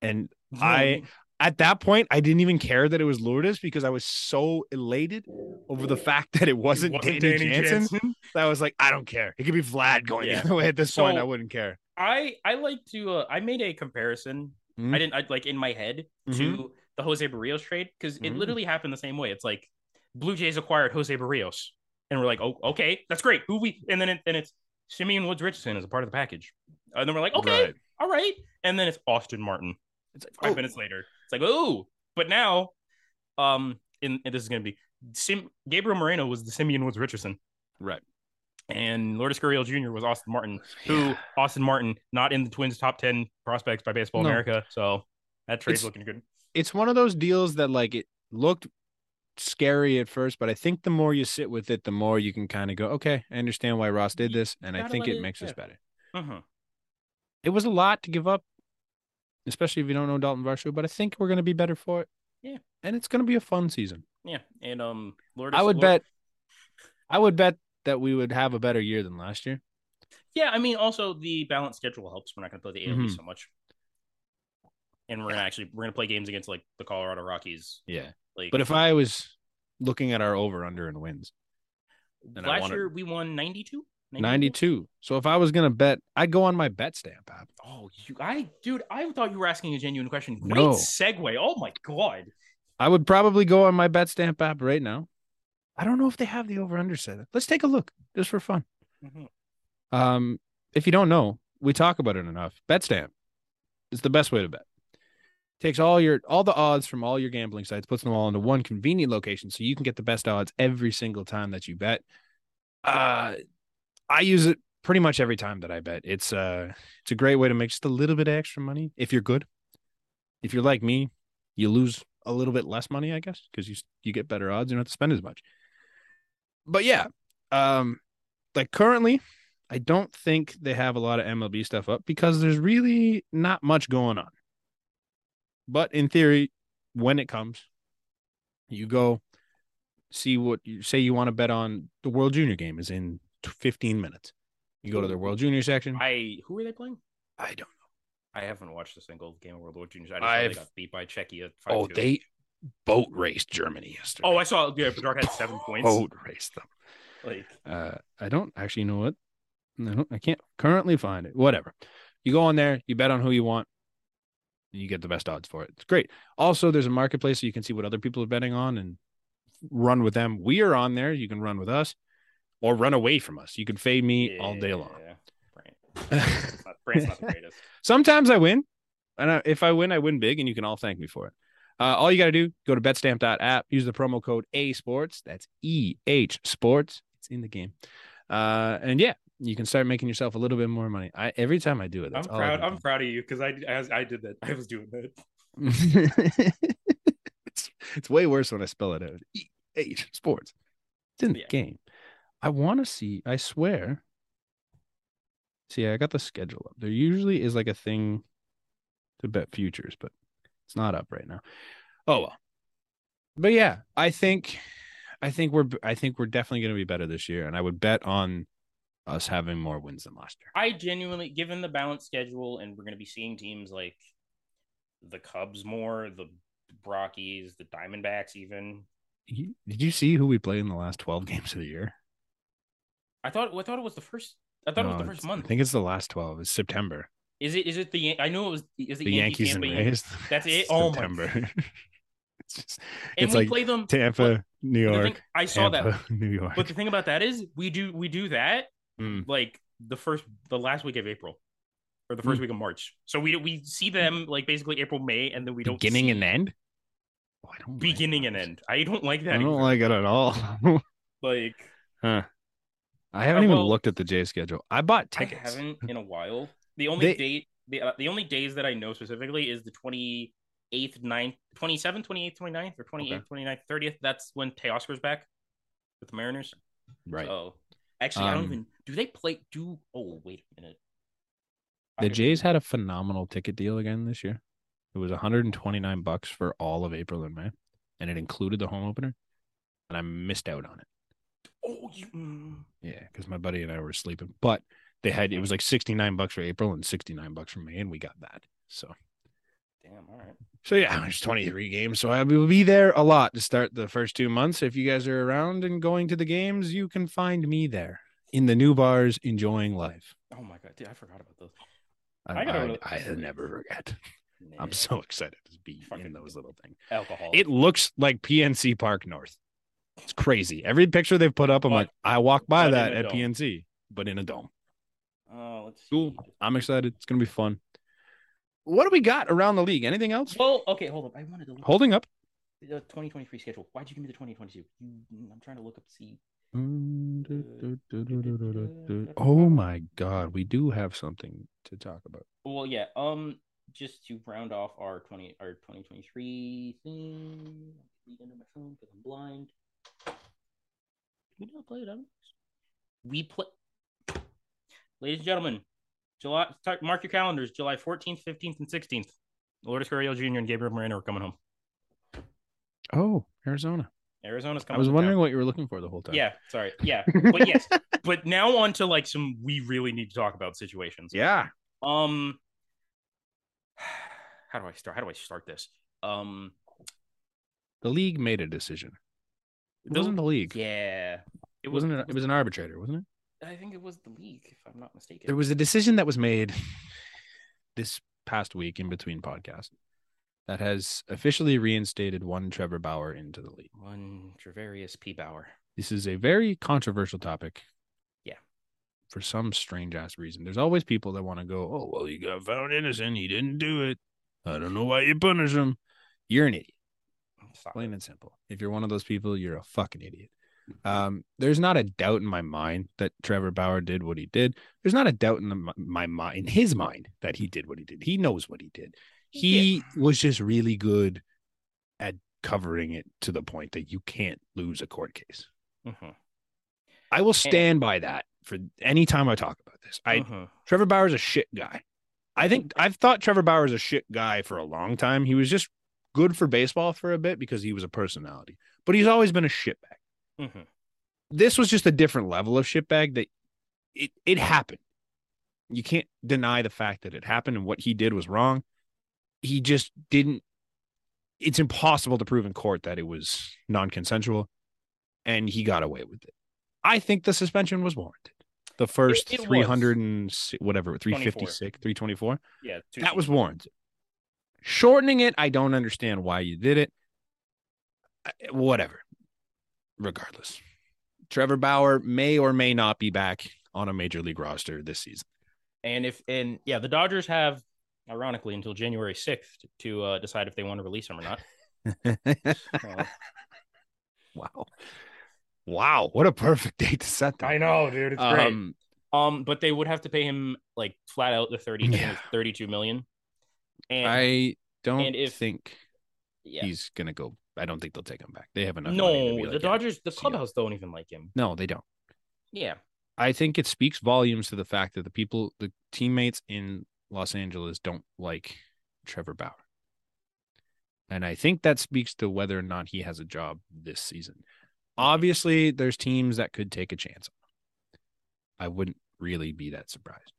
And I- at that point, I didn't even care that it was Lourdes because I was so elated over the fact that it wasn't, Danny, Jansen, that I was like, I don't care. It could be Vlad going
Yeah.
the other way at this point.
So-
I wouldn't care.
I I like to uh, I made a comparison.
Mhm.
I didn't I, like in my head
Mm-hmm.
to the Jose Barrios trade because it
Mhm.
literally happened the same way. It's like Blue Jays acquired Jose Barrios, and we're like, oh okay, that's great. Who we and then it, then it's Simeon Woods Richardson as a part of the package, and then we're like, okay,
Right.
all right, and then it's Austin Martin.
It's like,
Five
oh,
minutes later. It's like, oh, but now, um, and, and this is gonna be Sim- Gabriel Moreno was the Simeon Woods Richardson,
Right.
and Lourdes Gurriel Jr. was Austin Martin, who
Yeah.
Austin Martin not in the Twins top ten prospects by Baseball
No.
America, so that trade's
It's-
looking good.
It's one of those deals that like it looked scary at first, but I think the more you sit with it, the more you can kind of go, okay, I understand why Ross did
You
this, and I
gotta
think
let
it,
it-
makes us
yeah.
better.
Mhm.
It was a lot to give up, especially if you don't know Dalton Varsho, but I think we're gonna be better for it.
Yeah.
and it's gonna be a fun season.
Yeah, and um, Lourdes,
I would
Lour-
bet. I would bet that we would have a better year than last year.
Yeah, I mean, also the balanced schedule helps. We're not gonna play the ALB
Mhm.
so much, and we're gonna actually we're gonna play games against like the Colorado Rockies.
Yeah,
Like,
but if I was looking at our over under and wins, and I
last
wanna-
year we won 92?
92. So if I was going to bet, I'd go on my bet stamp app.
Oh, you, I, dude, I thought you were asking a genuine question. Great
No.
segue. Oh my god.
I would probably go on my bet stamp app right now. I don't know if they have the over under set. Let's take a look just for fun. Um, if you don't know, we talk about it enough. Bet stamp is the best way to bet. Takes all your all the odds from all your gambling sites, puts them all into one convenient location so you can get the best odds every single time that you bet. Uh I use it pretty much every time that I bet. It's uh it's a great way to make just a little bit of extra money if you're good. If you're like me, you lose a little bit less money, I guess, because you you get better odds. You don't have to spend as much. But yeah, um, like currently, I don't think they have a lot of MLB stuff up because there's really not much going on. But in theory, when it comes, you go see what you say you want to bet on. The World Junior game is in t- 15 minutes. You go to their World Junior section.
I who are they playing?
I don't.
I haven't watched a single game of World War Juniors. I just know they
I've-
got beat by Czechia. 5-2.
Oh, they boat raced Germany yesterday.
Oh, I saw. Yeah, Bedard had seven points.
Boat raced them.
Like
Uh, I don't actually know what. No, I can't currently find it. Whatever. You go on there, you bet on who you want, and you get the best odds for it. It's great. Also, there's a marketplace so you can see what other people are betting on and run with them. We are on there. You can run with us or run away from us. You can fade me all day long.
yeah. Brant. It's not- Brant's not the greatest.
Sometimes I win, and I, if I win, I win big, and you can all thank me for it. Uh, all you got to do, go to betstamp.app, use the promo code A Sports. That's E H Sports. It's in the game, uh, and yeah, you can start making yourself a little bit more money. I every time I do it,
I'm
that's all I
proud.
can
I'm proud of you because I, I I did that. I was doing that.
do. it's it's way worse when I spell it out. E H Sports. It's in the
Yeah.
game. I want to see. I swear. See, I got the schedule up. There usually is like a thing to bet futures, but it's not up right now. Oh well. But yeah, I think I think we're I think we're definitely going to be better this year and I would bet on us having more wins than last year.
I genuinely, given the balanced schedule, and we're going to be seeing teams like the Cubs more, the Brockies, the Diamondbacks, even.
You- Did you see who we played in the last 12 games of the year?
I thought I thought it was the first. I thought
No,
it was the
it's-
first month.
I think it's the last 12. It's September.
Is it? Is it the? Yan- I knew it was. Is
The
it Yankee
Yankees
Tampa
and
Yan-
Rays.
That's it?
It's
Oh my
September. it's just,
And
it's
we
like
play them.
Tampa, New
the
York.
thing- I saw
Tampa,
that.
New York.
But the thing about that is, we do we do that
Mm.
like the first, the last week of April, or the first
Hmm.
week of March. So we we see them like basically April, May, and then we don't
beginning
see
and end. Oh, I don't like
beginning and
those.
end. I don't like
I
that.
don't
either.
like it at all.
like
Huh. I haven't even
Uh, well-
looked at the J schedule. I bought
I
tickets.
haven't in a while. The only
They-
date, the, uh, the only days that I know specifically is the 28th, 9th, 27th, 28th, 29th, or 28th,
Okay.
29th, 30th. That's when Teoscar's back with the Mariners.
Right.
Oh, actually, I don't
Um,
even. Do they play? Do oh wait a minute. I
the
could-
Jays had a phenomenal ticket deal again this year. It was 129 bucks for all of April and May, and it included the home opener. And I missed out on it.
Oh, you. mm.
Yeah, because my buddy and I were sleeping. But they had it was like 69 bucks for April and 69 bucks for May, and we got that. So
Damn. All right.
so yeah, there's 23 games. So I will be there a lot to start the first two months. If you guys are around and going to the games, you can find me there in the new bars enjoying life.
Oh my god, dude, I forgot about those.
I,
I
I,
gotta
I,
go to-
never forget.
Nah,
I'm so excited to be in
Fucking-
those little things.
alcohol.
It looks like PNC Park North. It's crazy. Every picture they've put up, I'm
But-
like, I walk by
but in
that
a
at
dome.
PNC, but in a dome.
Oh, let's see.
Cool. I'm excited. It's gonna be fun. What do we got around the league? Anything else?
Well, okay, hold up. I wanted to look at
Holding up.
the 2023 schedule. Why'd you give me the 2022? You, mm, I'm trying to look up to see.
Oh my god, we do have something to talk about.
Well, yeah. Um, just to round off our twenty our twenty twenty three thing. Read under my phone because I'm blind. Did we not play it out? We play. Ladies and gentlemen, July. tar- Mark your calendars: July fourteenth, fifteenth, and sixteenth. Lourdes Gurriel Jr. and Gabriel Moreno are coming home.
Oh, Arizona.
Arizona's coming.
I was
to
wondering
town.
what you were looking for the whole time.
Yeah, sorry. Yeah, but yes, but now on to like some we really need to talk about situations.
Yeah.
Um, how do I start? How do I start this? Um,
The league made a decision. It
The-
wasn't the league.
yeah,
It wasn't. It, it was an arbitrator, wasn't it?
I think it was the league, if I'm not mistaken.
There was a decision that was made this past week in between podcasts that has officially reinstated one Trevor Bauer into the league.
one Treverius P. Bauer.
this is a very controversial topic.
Yeah.
For some strange ass reason. There's always people that want to go, oh, well, you got found innocent. You didn't do it. I don't know why you punish him. You're an idiot.
Stop.
Plain and simple. If you're one of those people, you're a fucking idiot. Um, there's not a doubt in my mind that Trevor Bauer did what he did. There's not a doubt in the, my mind, in his mind, that he did what he did. He knows what he did. He was just really good at covering it to the point that you can't lose a court case.
Mhm.
I will stand by that for any time I talk about this. I
Mhm.
Trevor Bauer's a shit guy. I think I've thought Trevor Bauer's a shit guy for a long time. He was just good for baseball for a bit because he was a personality, but he's always been a shitbag.
Mhm.
This was just a different level of shitbag that it it happened. You can't deny the fact that it happened and what he did was wrong. He just didn't. It's impossible to prove in court that it was non-consensual, and he got away with it. I think the suspension was warranted. The first
it was.
300 and si- whatever 356 324
Yeah, two
that was warranted shortening it i don't understand why you did it I- whatever regardless trevor bauer may or may not be back on a major league roster this season
And if and yeah, the Dodgers have ironically until January 6th to uh, decide if they want to release him or not. Uh,
wow wow what a perfect date to set that
know, dude. It's
um
Um, but they would have to pay him like flat out the 30
Yeah.
32 million. And
i don't
and if-
think
yeah.
he's gonna go i don't think they'll take him back they have enough money to
no,
be
the
like, yeah,
Dodgers, the
see ya.
clubhouse don't even like him.
no they don't
Yeah.
I think it speaks volumes to the fact that the people, the teammates in Los Angeles don't like Trevor Bauer. And I think that speaks to whether or not he has a job this season. Obviously, there's teams that could take a chance on him. I wouldn't really be that surprised.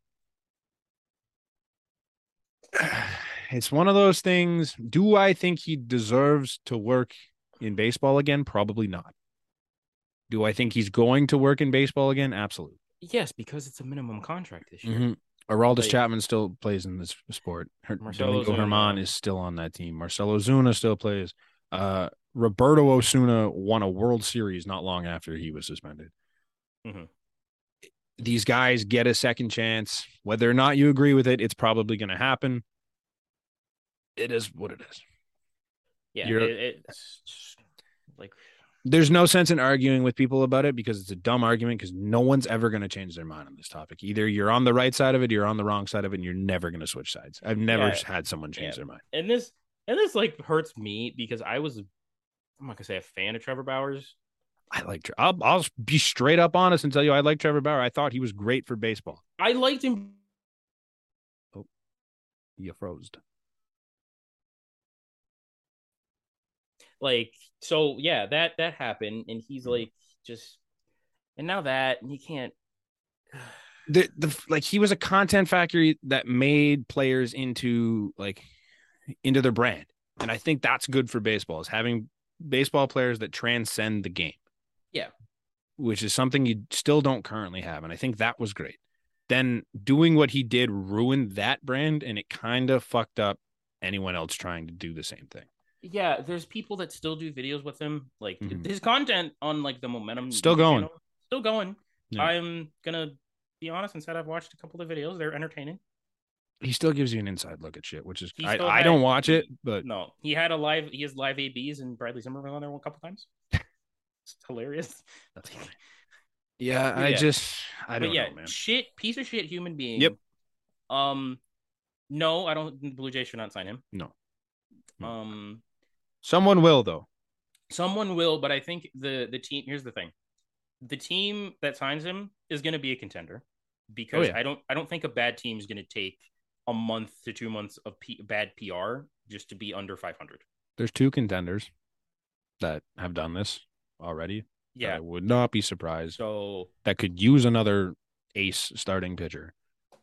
It's one of those things. Do I think he deserves to work in baseball again? Probably not. Do I think he's going to work in baseball again? Absolutely.
Yes, because it's a minimum contract this year.
Mm-hmm. Araldis
Like-
Chapman still plays in this sport. Her-
Marcelo
Domingo
Zuna.
Herman is still on that team. Marcelo Zuna still plays. Uh, Roberto Osuna won a World Series not long after he was suspended.
Mhm.
These guys get a second chance. Whether or not you agree with it, it's probably going to happen. It is what it is.
Yeah.
You're-
it- it's like
There's no sense in arguing with people about it because it's a dumb argument because no one's ever going to change their mind on this topic. Either you're on the right side of it, you're on the wrong side of it, and you're never going to switch sides. I've never
Yeah.
had someone change
Yeah.
their mind.
and this and this like hurts me because I was I'm not gonna say a fan of Trevor Bowers.
I like. Tre- I'll I'll be straight up honest and tell you I like Trevor Bauer. I thought he was great for baseball.
I liked him.
You froze.
Like so, yeah, that that happened, and
Mm-hmm.
he's like just, and now that and he can't.
The the like he was a content factory that made players into like into their brand, and I think that's good for baseball is having baseball players that transcend the game.
Yeah.
which is something you still don't currently have, and I think that was great. Then doing what he did ruined that brand, and it kind of fucked up anyone else trying to do the same thing.
Yeah, there's people that still do videos with him. Like
Mhm.
his content on like the momentum
Still
YouTube
going.
channel, still going.
Yeah.
I'm gonna be honest and said I've watched a couple of the videos. They're entertaining.
He still gives you an inside look at shit, which is
He
I,
still
I
had-
don't watch it, but
No, he had a live. He has live ABs and Bradley Zimmerman on there a couple times. It's hilarious.
Yeah, I
Yeah.
just I
but
don't
yeah,
know, man.
shit, piece of shit human being.
Yep.
Um, no, I don't. the Blue Jays should not sign him.
No. No.
Um,
Someone will though.
someone will, but I think the the team. Here's the thing: the team that signs him is going to be a contender because
Oh, yeah.
I don't I don't think a bad team is going to take a month to two months of P- bad PR just to be under 500.
There's two contenders that have done this already. that
Yeah.
I would not be surprised
So
that could use another ace starting pitcher.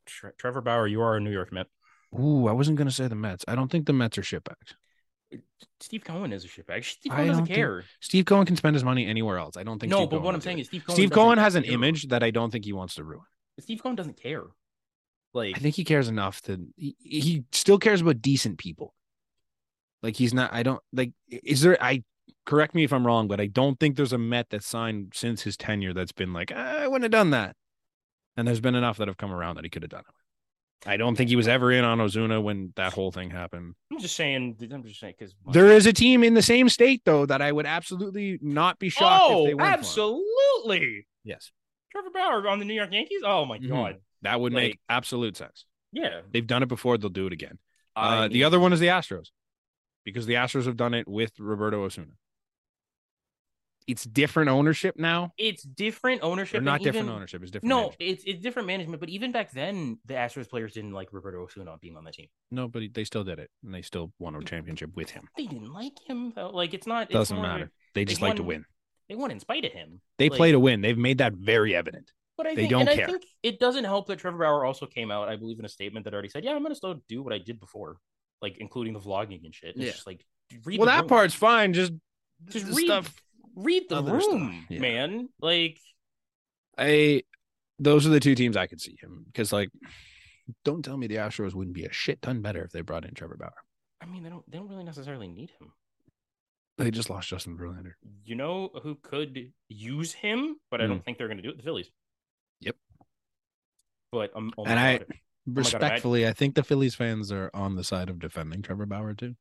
Tre- Trevor Bauer, you are a New York Met.
Ooh, I wasn't gonna say the Mets. I don't think the Mets are shitbags.
Steve Cohen is a shitbag. Steve
I
Cohen doesn't
don't think-
care.
Steve Cohen can spend his money anywhere else. I don't think.
No,
Steve
but
Cohen
what
will
I'm
do
saying
it.
is Steve Cohen.
Steve
doesn't
Cohen has an
care.
image that I don't think he wants to ruin.
Steve Cohen doesn't care. Like
I think he cares enough to he, he still cares about decent people. Like he's not I don't like is there I correct me if I'm wrong, but I don't think there's a Met that signed since his tenure that's been like, "Ah, I wouldn't have done that. And there's been enough that have come around that he could have done it. I don't think he was ever in on Ozuna when that whole thing happened.
I'm just saying. I'm just saying because
There is a team in the same state though that I would absolutely not be shocked if they
Oh,
went for him.
absolutely.
Yes.
Trevor Bauer on the New York Yankees. Oh my
Mhm.
god.
That would make
Like-
absolute sense.
Yeah.
They've done it before, they'll do it again.
I
Uh, the
mean,
other one is the Astros because the Astros have done it with Roberto Osuna. It's different ownership now.
It's different ownership.
Or
and
not different
even-
ownership. It's different.
No,
management.
it's it's different management. But even back then, the Astros players didn't like Roberto Osuna being on the team.
no, but they still did it, and they still won a championship with him.
They didn't like him. Though. Like it's not. it's
Doesn't
more of a-
matter. They just like to
won-
win.
They won in spite of him.
They
like-
play to win. They've made that very evident.
But I
They
think,
don't
and
care.
I think it doesn't help that Trevor Bauer also came out, I believe, in a statement that already said, "Yeah, I'm gonna still do what I did before, like including the vlogging and shit." And
Yeah.
It's just like dude, read
well,
the
that
room.
part's fine. Just
Just
the
read. Read the
other stuff,
room,
yeah.
man. Like
I those are the two teams I could see him because like don't tell me the Astros wouldn't be a shit ton better if they brought in Trevor Bauer.
I mean, they don't they don't really necessarily need him.
They just lost Justin Verlander.
You know who could use him, but I don't think they're going to do it. The Phillies.
Hmm. Yep.
But um, oh my
And I-
God. God, imagine-
Respectfully, I think the Phillies fans are on the side of defending Trevor Bauer too.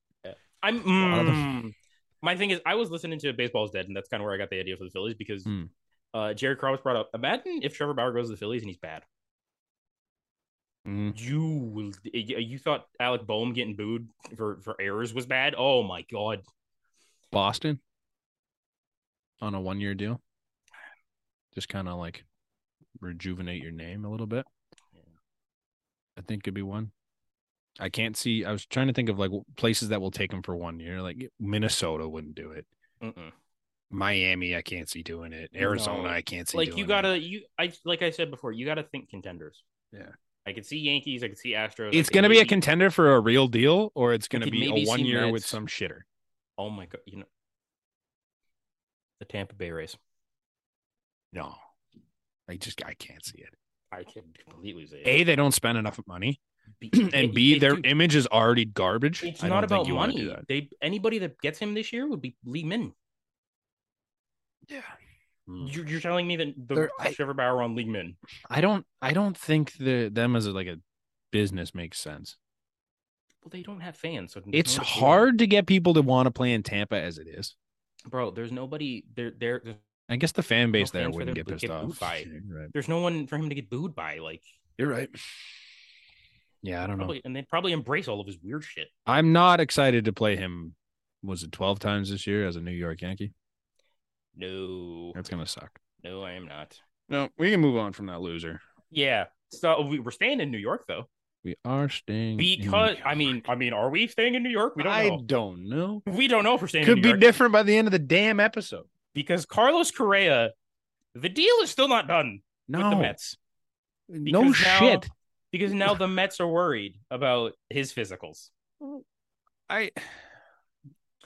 I'm.
lot of them.
mm, my thing is, I was listening to Baseball's Dead, and that's kind of where I got the idea for the Phillies because
Hmm.
uh, Jared Carlos brought up. Imagine if Trevor Bauer goes to the Phillies and he's bad.
Hmm.
You will. You thought Alec Boehm getting booed for for errors was bad? Oh my God.
Boston on a one year deal. Just kind of like rejuvenate your name a little bit.
Yeah.
I think could be one. I can't see. I was trying to think of like places that will take him for one year. Like Minnesota wouldn't do it.
Mm-mm.
Miami, I can't see doing it. Arizona,
No.
I can't see.
Like
doing
you
it.
gotta you I like I said before, you gotta think contenders.
Yeah.
I could see Yankees. I could see Astros. I
It's
could
gonna be a
maybe-
contender for a real deal, or it's gonna
could
be
maybe
a
see
one year with
Mets.
some shitter.
Oh my god! You know, the Tampa Bay Rays.
No, I just I can't see it.
I can completely say
A,
it.
they don't spend enough money,
B-
and
it-
B,
it-
their
dude,
image is already garbage.
it's
I
not
don't think
about
you wanna do
money.
that.
They anybody that gets him this year would be Lee Min.
Yeah. Hmm.
You're, you're telling me that the
They're- I-
Trevor Bauer on Lee Min?
I don't I don't think the them as like a business makes sense.
Well, they don't have fans, so there's
It's
nobody-
hard to get people to want to play in Tampa as it is.
bro. There's nobody. There, there,
I guess the fan base there
fans for
wouldn't
them
get
to
pissed
get
off.
booed by.
You're right.
there's no one for him to get booed by. Like,
You're right. Yeah, I don't know.
probably, and they'd probably embrace all of his weird shit.
I'm not excited to play him. Was it 12 times this year as a New York Yankee?
No,
That's gonna suck.
no, I am not.
No, we can move on from that loser.
Yeah. So we, we're staying in New York though.
We are staying in
Because
New
I mean, I mean, are we staying in New York? We don't
I
know.
don't know.
We don't know if we're staying in
Could
New
be
York
different by the end of the damn episode.
because Carlos Correa, the deal is still not done
No,
with the Mets
no
Because now-
shit.
because now the Mets are worried about his physicals.
I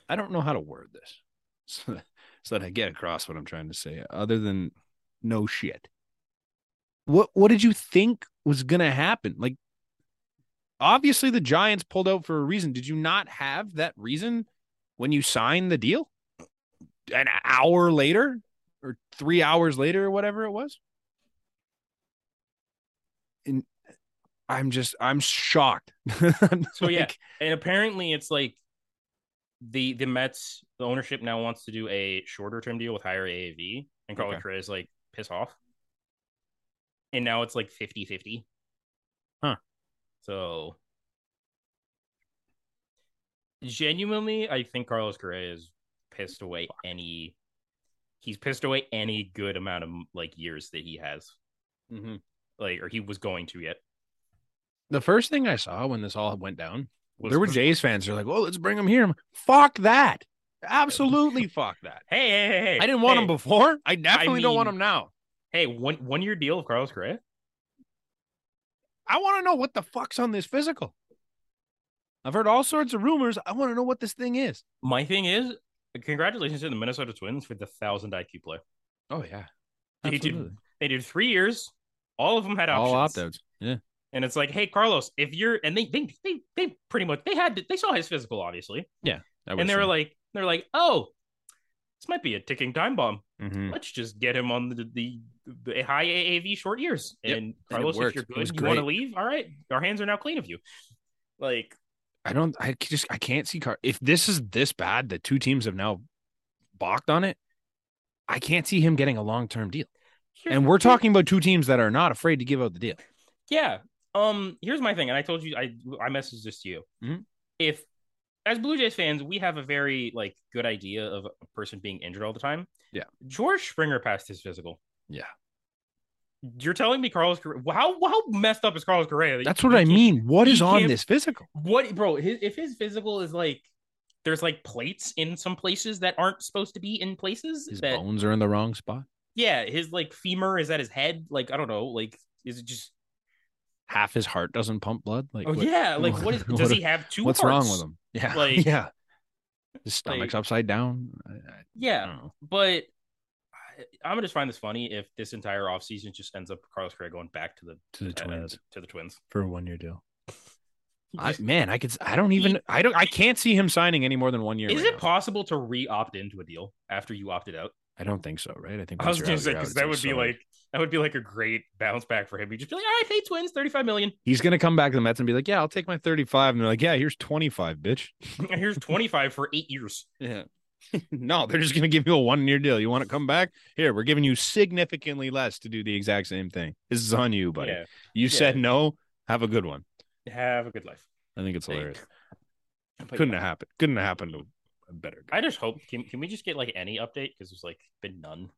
I don't know how to word this so, so that I get across what I'm trying to say. Other than no shit. What what did you think was gonna happen? Like obviously the Giants pulled out for a reason. Did you not have that reason when you signed the deal? An hour later or three hours later or whatever it was? And I'm just I'm shocked.
So, yeah. And apparently, it's like the the Mets, the ownership now wants to do a shorter term deal with higher AAV, and Carlos
Okay.
Correa is like piss off. And now it's like 50-50.
Huh.
So genuinely, I think Carlos Correa is pissed away any he's pissed away any good amount of like years that he has.
mm-hmm.
Like or he was going to yet.
the first thing I saw when this all went down,
Was-
there were Jays fans who are like, "Oh, let's bring him here." I'm like, fuck that! Absolutely, fuck that!
Hey, hey, hey, hey.
I didn't want
hey,
him before. I definitely don't want
mean-
him now.
Hey, one one year deal of Carlos Correa?
I want to know what the fuck's on this physical. I've heard all sorts of rumors. I want to know what this thing is.
My thing is, congratulations to the Minnesota Twins for the thousand IQ play.
Oh yeah,
They did- They did three years. All of them had options.
all opt outs. Yeah,
And it's like, hey, Carlos, if you're and they they they, they pretty much they had to, they saw his physical, obviously. And they were like, they're like, oh, this might be a ticking time bomb.
Mm-hmm. Hmm.
Let's just get him on the the, the high AAV short years.
Yep.
And
And it
Carlos, if
worked.
you're
It was
good, you want to
great.
leave? All right. Our hands are now clean of you. Like
I don't. I just. I can't see Car. If this is this bad, the two teams have now balked on it. I can't see him getting a long term deal.
here's-
And we're
here's-
talking about two teams that are not afraid to give out the deal. Mm-hmm.
Yeah. Um. Here's my thing, and I told you I I messaged this to you.
Mhm.
If as Blue Jays fans, we have a very like good idea of a person being injured all the time.
Yeah.
George Springer passed his physical.
Yeah.
You're telling me Carlos Correa, how how messed up is Carlos Correa? that
That's
you-
what I
you can't-
mean. What
he
is on
can't-
this physical?
What bro, his, if his physical is like there's like plates in some places that aren't supposed to be in places
His
that
bones are in the wrong spot.
yeah, his like femur is at his head. Like I don't know, like is it just
Half his heart doesn't pump blood. Like,
oh
what-
yeah, like what is
what-
does he have two
what's
hearts?
wrong with him? Yeah,
Like-
yeah. His stomach's
like-
upside down. I, I
Yeah.
don't know.
but I, I'm gonna just find this funny if this entire offseason just ends up Carlos Correa going back to the
To the
uh,
Twins
to the Twins.
for a one-year deal. I,
Just-
man, I could. I don't even. I don't. I can't see him signing any more than one year.
is
right
it
now.
possible to re-opt into a deal after you opted out?
I don't think so. Right? I think
I was
once you're
gonna
out,
say
you're out.
because
It's
that would be
so-
like that would be like a great bounce back for him. You just be like, all right, hey Twins, 35 million.
he's gonna come back to the Mets and be like, "Yeah, I'll take my 35," and they're like, "Yeah, here's 25, bitch."
Here's 25 for eight years.
Yeah. no, they're just gonna give you a one-year deal. You want to come back? Here, we're giving you significantly less to do the exact same thing. This is on you, buddy.
Yeah,
You said no. Have a good one.
have a good life.
I think it's
Hey,
hilarious.
But
Couldn't
yeah.
have happened. Couldn't have happened to a better guy.
I just hope can, can we just get like any update because there's like been none.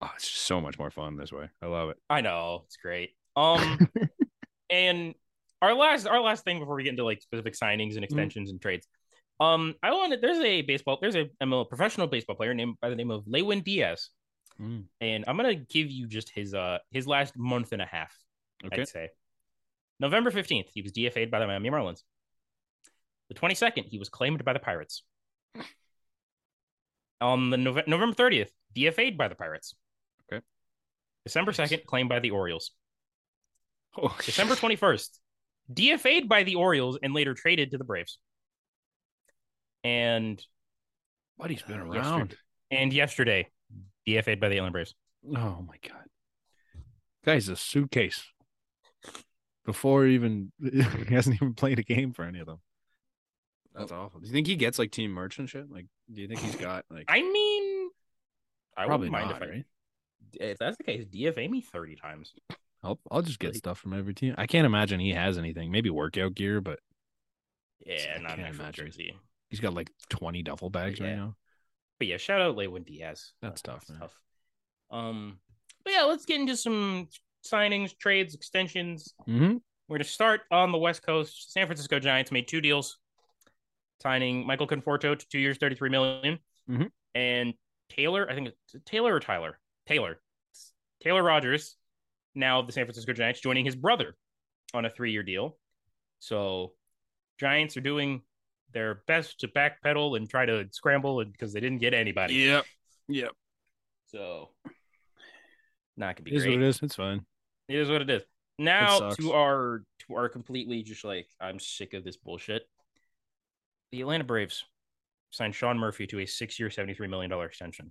Oh, it's just so much more fun this way. I love it.
I know it's great. Um, and our last our last thing before we get into like specific signings
Mm.
and extensions and trades. Um, I wanted there's a baseball there's a ML professional baseball player named by the name of Lewin Diaz,
Mm.
and I'm gonna give you just his uh his last month and a half.
Okay.
I'd say November 15th he was DFA'd by the Miami Marlins. The 22nd he was claimed by the Pirates. On the Nove- November 30th DFA'd by the Pirates.
Okay.
December 2nd claimed by the Orioles.
Oh,
December 21st, DFA'd by the Orioles and later traded to the Braves. And
buddy's been
Uh,
around.
and yesterday, DFA'd by the Atlanta Braves.
Oh my god, guy's a suitcase. Before even he hasn't even played a game for any of them.
Oh.
That's awful. Do you think he gets like team merch and shit? Like, do you think he's got like?
I mean, I
probably
wouldn't mind
not,
if I.
right?
If that's the case, DFA me 30 times.
I'll I'll just get
Like-
stuff from every team. I can't imagine he has anything. Maybe workout gear, but
Yeah,
I
not an
can't
actual
imagine.
jersey.
he's got like twenty duffel bags
Yeah.
right now.
But yeah, shout out Lewin Diaz. Uh,
That's tough, man.
tough. Um, but yeah, let's get into some signings, trades, extensions,
Mm-hmm.
We're going to start on the West Coast. San Francisco Giants made two deals, signing Michael Conforto to two years, thirty-three million.
Mhm.
and Taylor. I think it's Taylor or Tyler. Taylor. Taylor Rogers, now of the San Francisco Giants, joining his brother on a three-year deal. So, Giants are doing their best to backpedal and try to scramble, and because they didn't get anybody,
Yep. Yep.
so not gonna be
It is
great.
what it is. It's fine.
It is what it is. Now
sucks.
to our to our completely just like I'm sick of this bullshit. The Atlanta Braves signed Sean Murphy to a six-year, seventy-three million dollar extension.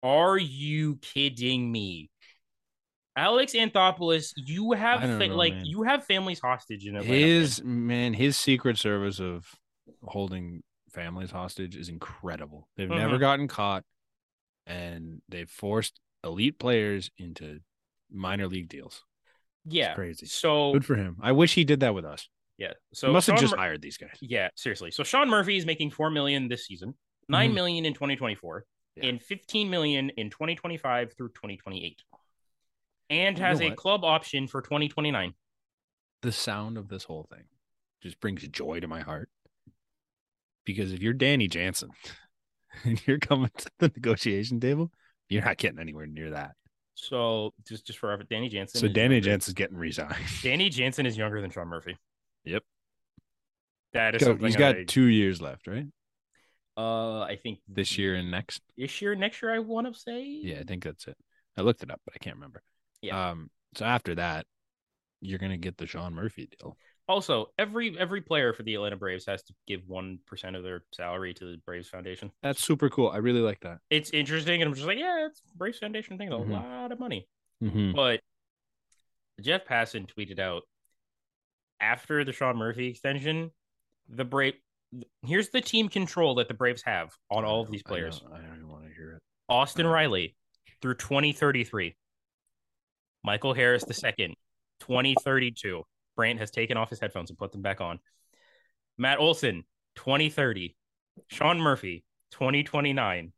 Are you kidding me? Alex Anthopoulos, you have
I don't
fa-
know,
like
man.
you have families hostage in Atlanta. man.
His man, his secret service of holding families hostage is incredible. They've never
Mhm.
gotten caught, and they've forced elite players into minor league deals.
yeah,
crazy.
So
Good for him. I wish he did that with us.
yeah, so
So must have
Sean
just
Mur-
hired these guys.
yeah, seriously. So Sean Murphy is making four million this season, nine
Mhm.
million in 2024,
Yeah.
and 15 million in 2025 through 2028. And
You know
has a
what?
club option for 2029.
The sound of this whole thing just brings joy to my heart. Because if you're Danny Jansen and you're coming to the negotiation table, you're not getting anywhere near that.
So just just for Danny Jansen.
So
is
Danny
younger-
Jansen's getting resigned.
Danny Jansen is younger than Sean Murphy.
Yep.
That is
Go-
something
He's got
I,
two years left, right?
uh I think
This year and next.
this year, next year, I want to say.
Yeah, I think that's it. I looked it up, but I can't remember.
Yeah.
Um, so after that, you're gonna get the Sean Murphy deal.
Also, every every player for the Atlanta Braves has to give one percent of their salary to the Braves Foundation.
That's super cool. I really like that.
It's interesting, and I'm just like, yeah, it's Braves Foundation thing. It's
Mhm.
A lot of money.
Mm-hmm.
But Jeff Passan tweeted out after the Sean Murphy extension, the Brave here's the team control that the Braves have on all of these players.
I, don't even want to hear it.
Austin
I know.
Riley through 2033. Michael Harris II, 2032. Brandt has taken off his headphones and put them back on. Matt Olson, 2030. Sean Murphy, 2029.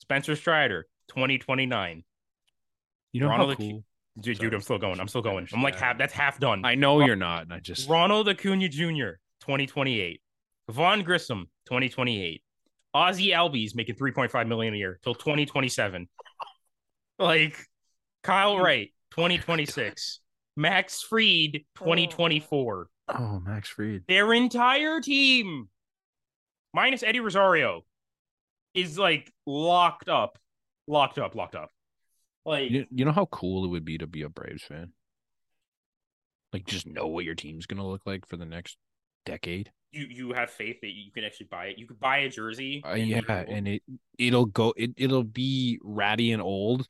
Spencer Strider, 2029.
You know
Ronald
how
Acu-
cool.
Dude,
Sorry,
dude, I'm still going. I'm still going. I'm like
Yeah.
half. That's half done.
I know you're not, and I just
Ronald Acuna Jr. 2028. Von Grissom 2028. Ozzy Albies making 3.5 million a year till 2027. Like
Mm.
Kyle Wright 2026. Max Freed 2024.
oh Max Freed.
Their entire team, minus Eddie Rosario, is like locked up, locked up, locked up. Like
You, you know how cool it would be to be a Braves fan. Like just know what your team's gonna look like for the next decade.
you, you have faith that you can actually buy it. You could buy a jersey.
Uh,
and
yeah,
you-
and it it'll go it it'll be ratty and old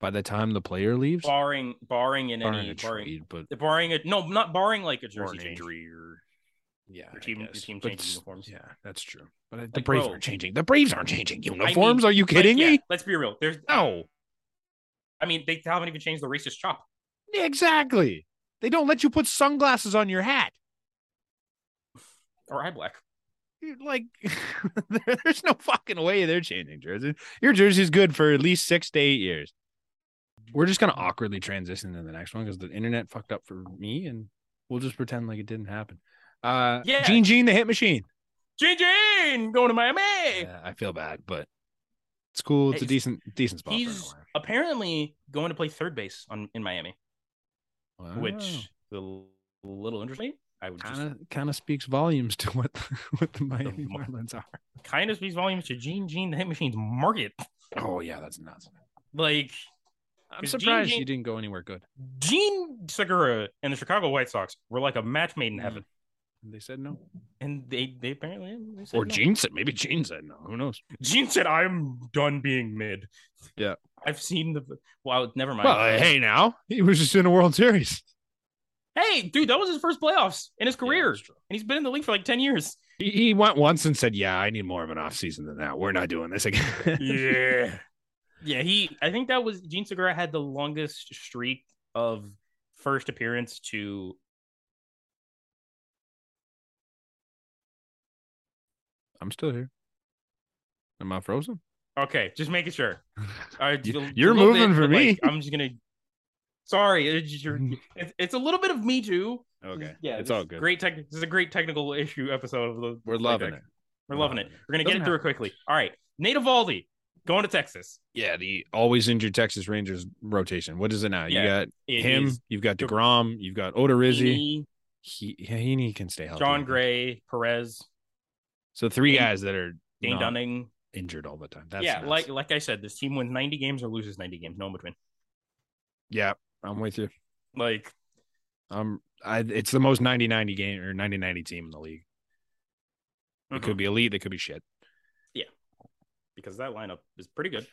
by the time the player leaves.
barring barring in
Barring
any
a
barring
trade, but
barring a no, not barring like a jersey
an
change.
injury or yeah,
Your
I
team- your
guess.
team
But
changing
s-
uniforms.
Yeah, that's true. But uh, the
Like,
Braves
bro.
aren't changing. The Braves aren't changing uniforms. Are you
Like,
kidding
yeah,
me?
let's be real. There's
No,
I mean they haven't even changed the racist chop.
exactly. They don't let you put sunglasses on your hat.
Or eye black.
You're Like, there- there's no fucking way they're changing jerseys. Your jersey's good for at least six to eight years. We're just gonna awkwardly transition to the next one because the internet fucked up for me, and we'll just pretend like it didn't happen. Uh,
Yeah.
Gene Gene, the Hit Machine.
Jane Jane going to Miami.
Yeah, I feel bad, but it's cool. It's a
He's-
decent decent spot.
He's
for
apparently going to play third base on in Miami,
an LA. Wow.
which the l- little interesting. I would just
kind of kind of speaks volumes to what the, what the Miami
mar-
Marlins are.
kind of speaks volumes to Gene Gene the Hit Machine's market.
Oh yeah, that's nuts.
Like
I'm
'Cause Gene-
surprised
Gene-
you didn't go anywhere good.
Gene Segura and the Chicago White Sox were like a match
Hmm.
made in heaven,
They said no.
and they they apparently they said
Or
no.
Gene said maybe Gene said no. Who knows?
Gene said, "I'm done being mid."
Yeah.
I've seen the. Well, never mind.
Well, uh, hey, now he was just in a World Series.
hey, dude, that was his first playoffs in his career,
that's
and he's been in the league for like ten years.
He, he went once and said, "Yeah, I need more of an offseason than that. We're not doing this again."
yeah, yeah. He, I think that was Gene Segura had the longest streak of first appearance to.
I'm still here. Am I frozen?
Okay, just making sure. I- a
you're
little
moving for
but,
me. Mm.
like, I'm just gonna. Sorry, it's, just your-
Mm-hmm.
it's, it's a little bit of me too. yeah,
it's
this
all
is
good.
Great tech. This is a great technical issue episode of the.
We're loving it.
We're loving it. We're gonna get
Doesn't
it through it quickly. All right, Nate Evaldi going to Texas.
Yeah, the always injured Texas Rangers rotation. What is it now?
Yeah,
you
It
got him.
is
You've got Degrom. You've got Odorizzi.
Heaney,
he yeah, he, he can stay healthy. I
John
think.
Gray, Perez,
So three
Dane-
guys that are
Dane
not
Dunning.
injured all the time. That's
yeah,
nuts.
like like I said, this team wins 90 games or loses 90 games. No in between.
yeah, I'm with you.
Like
Um, I it's the most 90-90 game or 90-90 team in the league. It could be elite. It could be shit.
because that lineup is pretty good.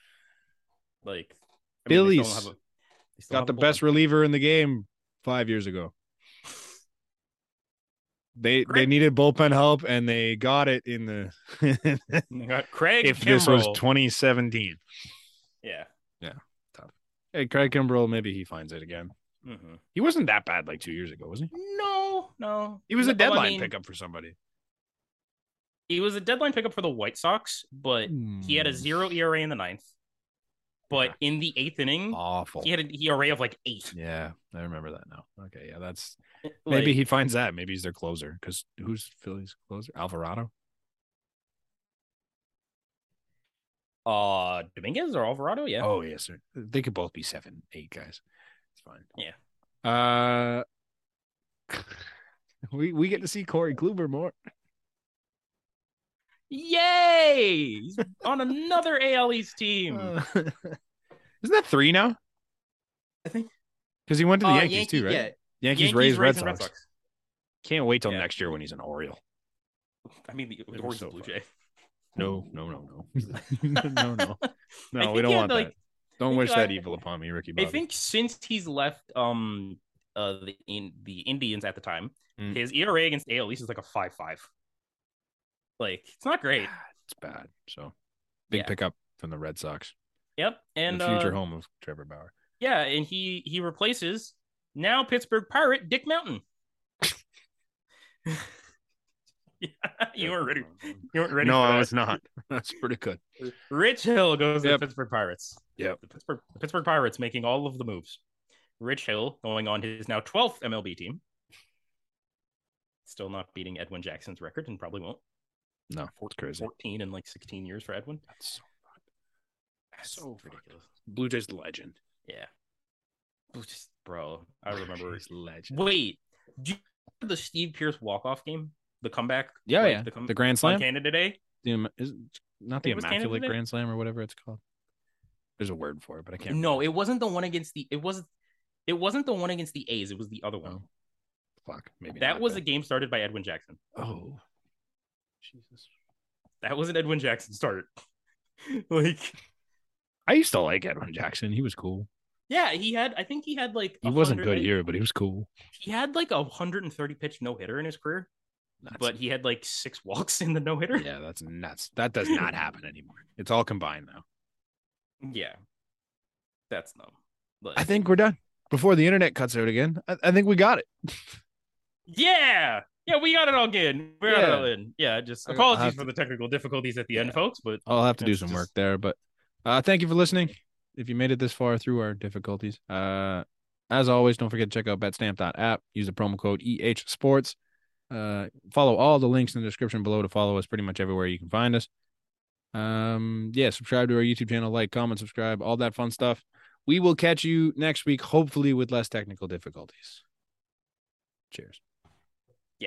Like I mean, they
Phillies
still don't have a- they still
got
have
the
a bullpen.
best reliever in the game five years ago. They they
Correct.
needed bullpen help and they got it in the
They got Craig.
if this was
Kimbrell.
2017.
yeah.
Hey, Craig Kimbrell, maybe he finds it again.
Mhm.
He wasn't that bad like two years ago, was he?
No, no.
He was
No,
a deadline
I mean,
pickup for somebody.
He was a deadline pickup for the White Sox, but He
Hmm,
had a zero ERA in the ninth, but
Mm. Yeah.
in the eighth inning,
awful.
he had an ERA of like eight.
Yeah, I remember that now. Okay, yeah, that's
Like,
maybe he finds that. Maybe he's their closer because who's Philly's closer? Alvarado.
uh Dominguez or Alvarado. Yeah,
Oh yes, sir. They could both be seven, eight guys. It's fine.
Yeah.
Uh, we we get to see Corey Kluber more.
yay! He's on another AL East team.
Uh, isn't that three now?
I think-
because he went to the
Uh,
Yankees
Yankee-
too, right?
yeah,
Yankees,
Yankees,
Rays, Red
and
Sox. Can't wait till
Yeah.
next year when he's an Oriole.
I mean, the,
They were
or the
so
Blue
fun.
Jay.
No, no, no, no, no, no, no.
I
We
think
don't
he had,
want
like-
that. Don't
think
wish
he
that
had-
evil upon me, Ricky.
I
Bobby.
think since he's left, um, uh, the in the Indians at the time,
Mm.
his ERA against AL East is like a five five. Like it's not great.
it's bad. So big
Yeah.
pickup from the Red Sox,
Yep, and
the future
uh,
home of Trevor Bauer.
Yeah, and he he replaces now Pittsburgh Pirate Dick Mountain. yeah, You were ready. You weren't ready.
no,
for
I
that.
was not. That's pretty good.
Rich Hill goes to
Yep.
the Pittsburgh Pirates.
Yep.
The Pittsburgh, the Pittsburgh Pirates making all of the moves. Rich Hill going on his now 12th MLB team. Still not beating Edwin Jackson's record and probably won't.
No, it's crazy.
14 in like 16 years for Edwin.
That's so-
That's
So fucked.
ridiculous.
Blue Jays legend.
Yeah. It was just- Bro, I remember.
Jays legend.
Wait, do you remember the Steve Pierce walk-off game? The comeback?
Yeah,
Like,
yeah.
The, com-
The Grand
on
Slam.
Canada Day?
The, im- is, not the
It was Canada
Immaculate
Day?
Grand Slam or whatever it's called. There's a word for it, but I can't.
No, it wasn't the one against the. It wasn't. It wasn't the one against the A's. It was the other one.
Oh, Fuck. Maybe
that
not,
was a
but-
game started by Edwin Jackson.
Oh. Jesus.
That was an Edwin Jackson start. like,
I used to like Edwin Jackson. He was cool.
yeah, he had. I think he had like.
He wasn't
100
good here, but he was cool.
He had like a 130 pitch no hitter in his career,
Nuts.
but he had like six walks in the no hitter.
yeah, that's nuts. That does not happen anymore. It's all combined now.
Yeah. that's numb. But
I think we're done before the internet cuts out again. I, I think we got it.
Yeah. Yeah, we got it all good. We got it
Yeah.
all in. Yeah, just
I got- I'll
apologies
have
for
to-
the technical difficulties at the end,
Yeah.
folks. But
I'll have to do
It's
some
just-
work there, but uh, thank you for listening. If you made it this far through our difficulties, uh, as always, don't forget to check out betstamp.app. Use the promo code EH Sports. Uh, follow all the links in the description below to follow us pretty much everywhere you can find us. Um, yeah, subscribe to our YouTube channel, like, comment, subscribe, all that fun stuff. We will catch you next week, hopefully with less technical difficulties. Cheers.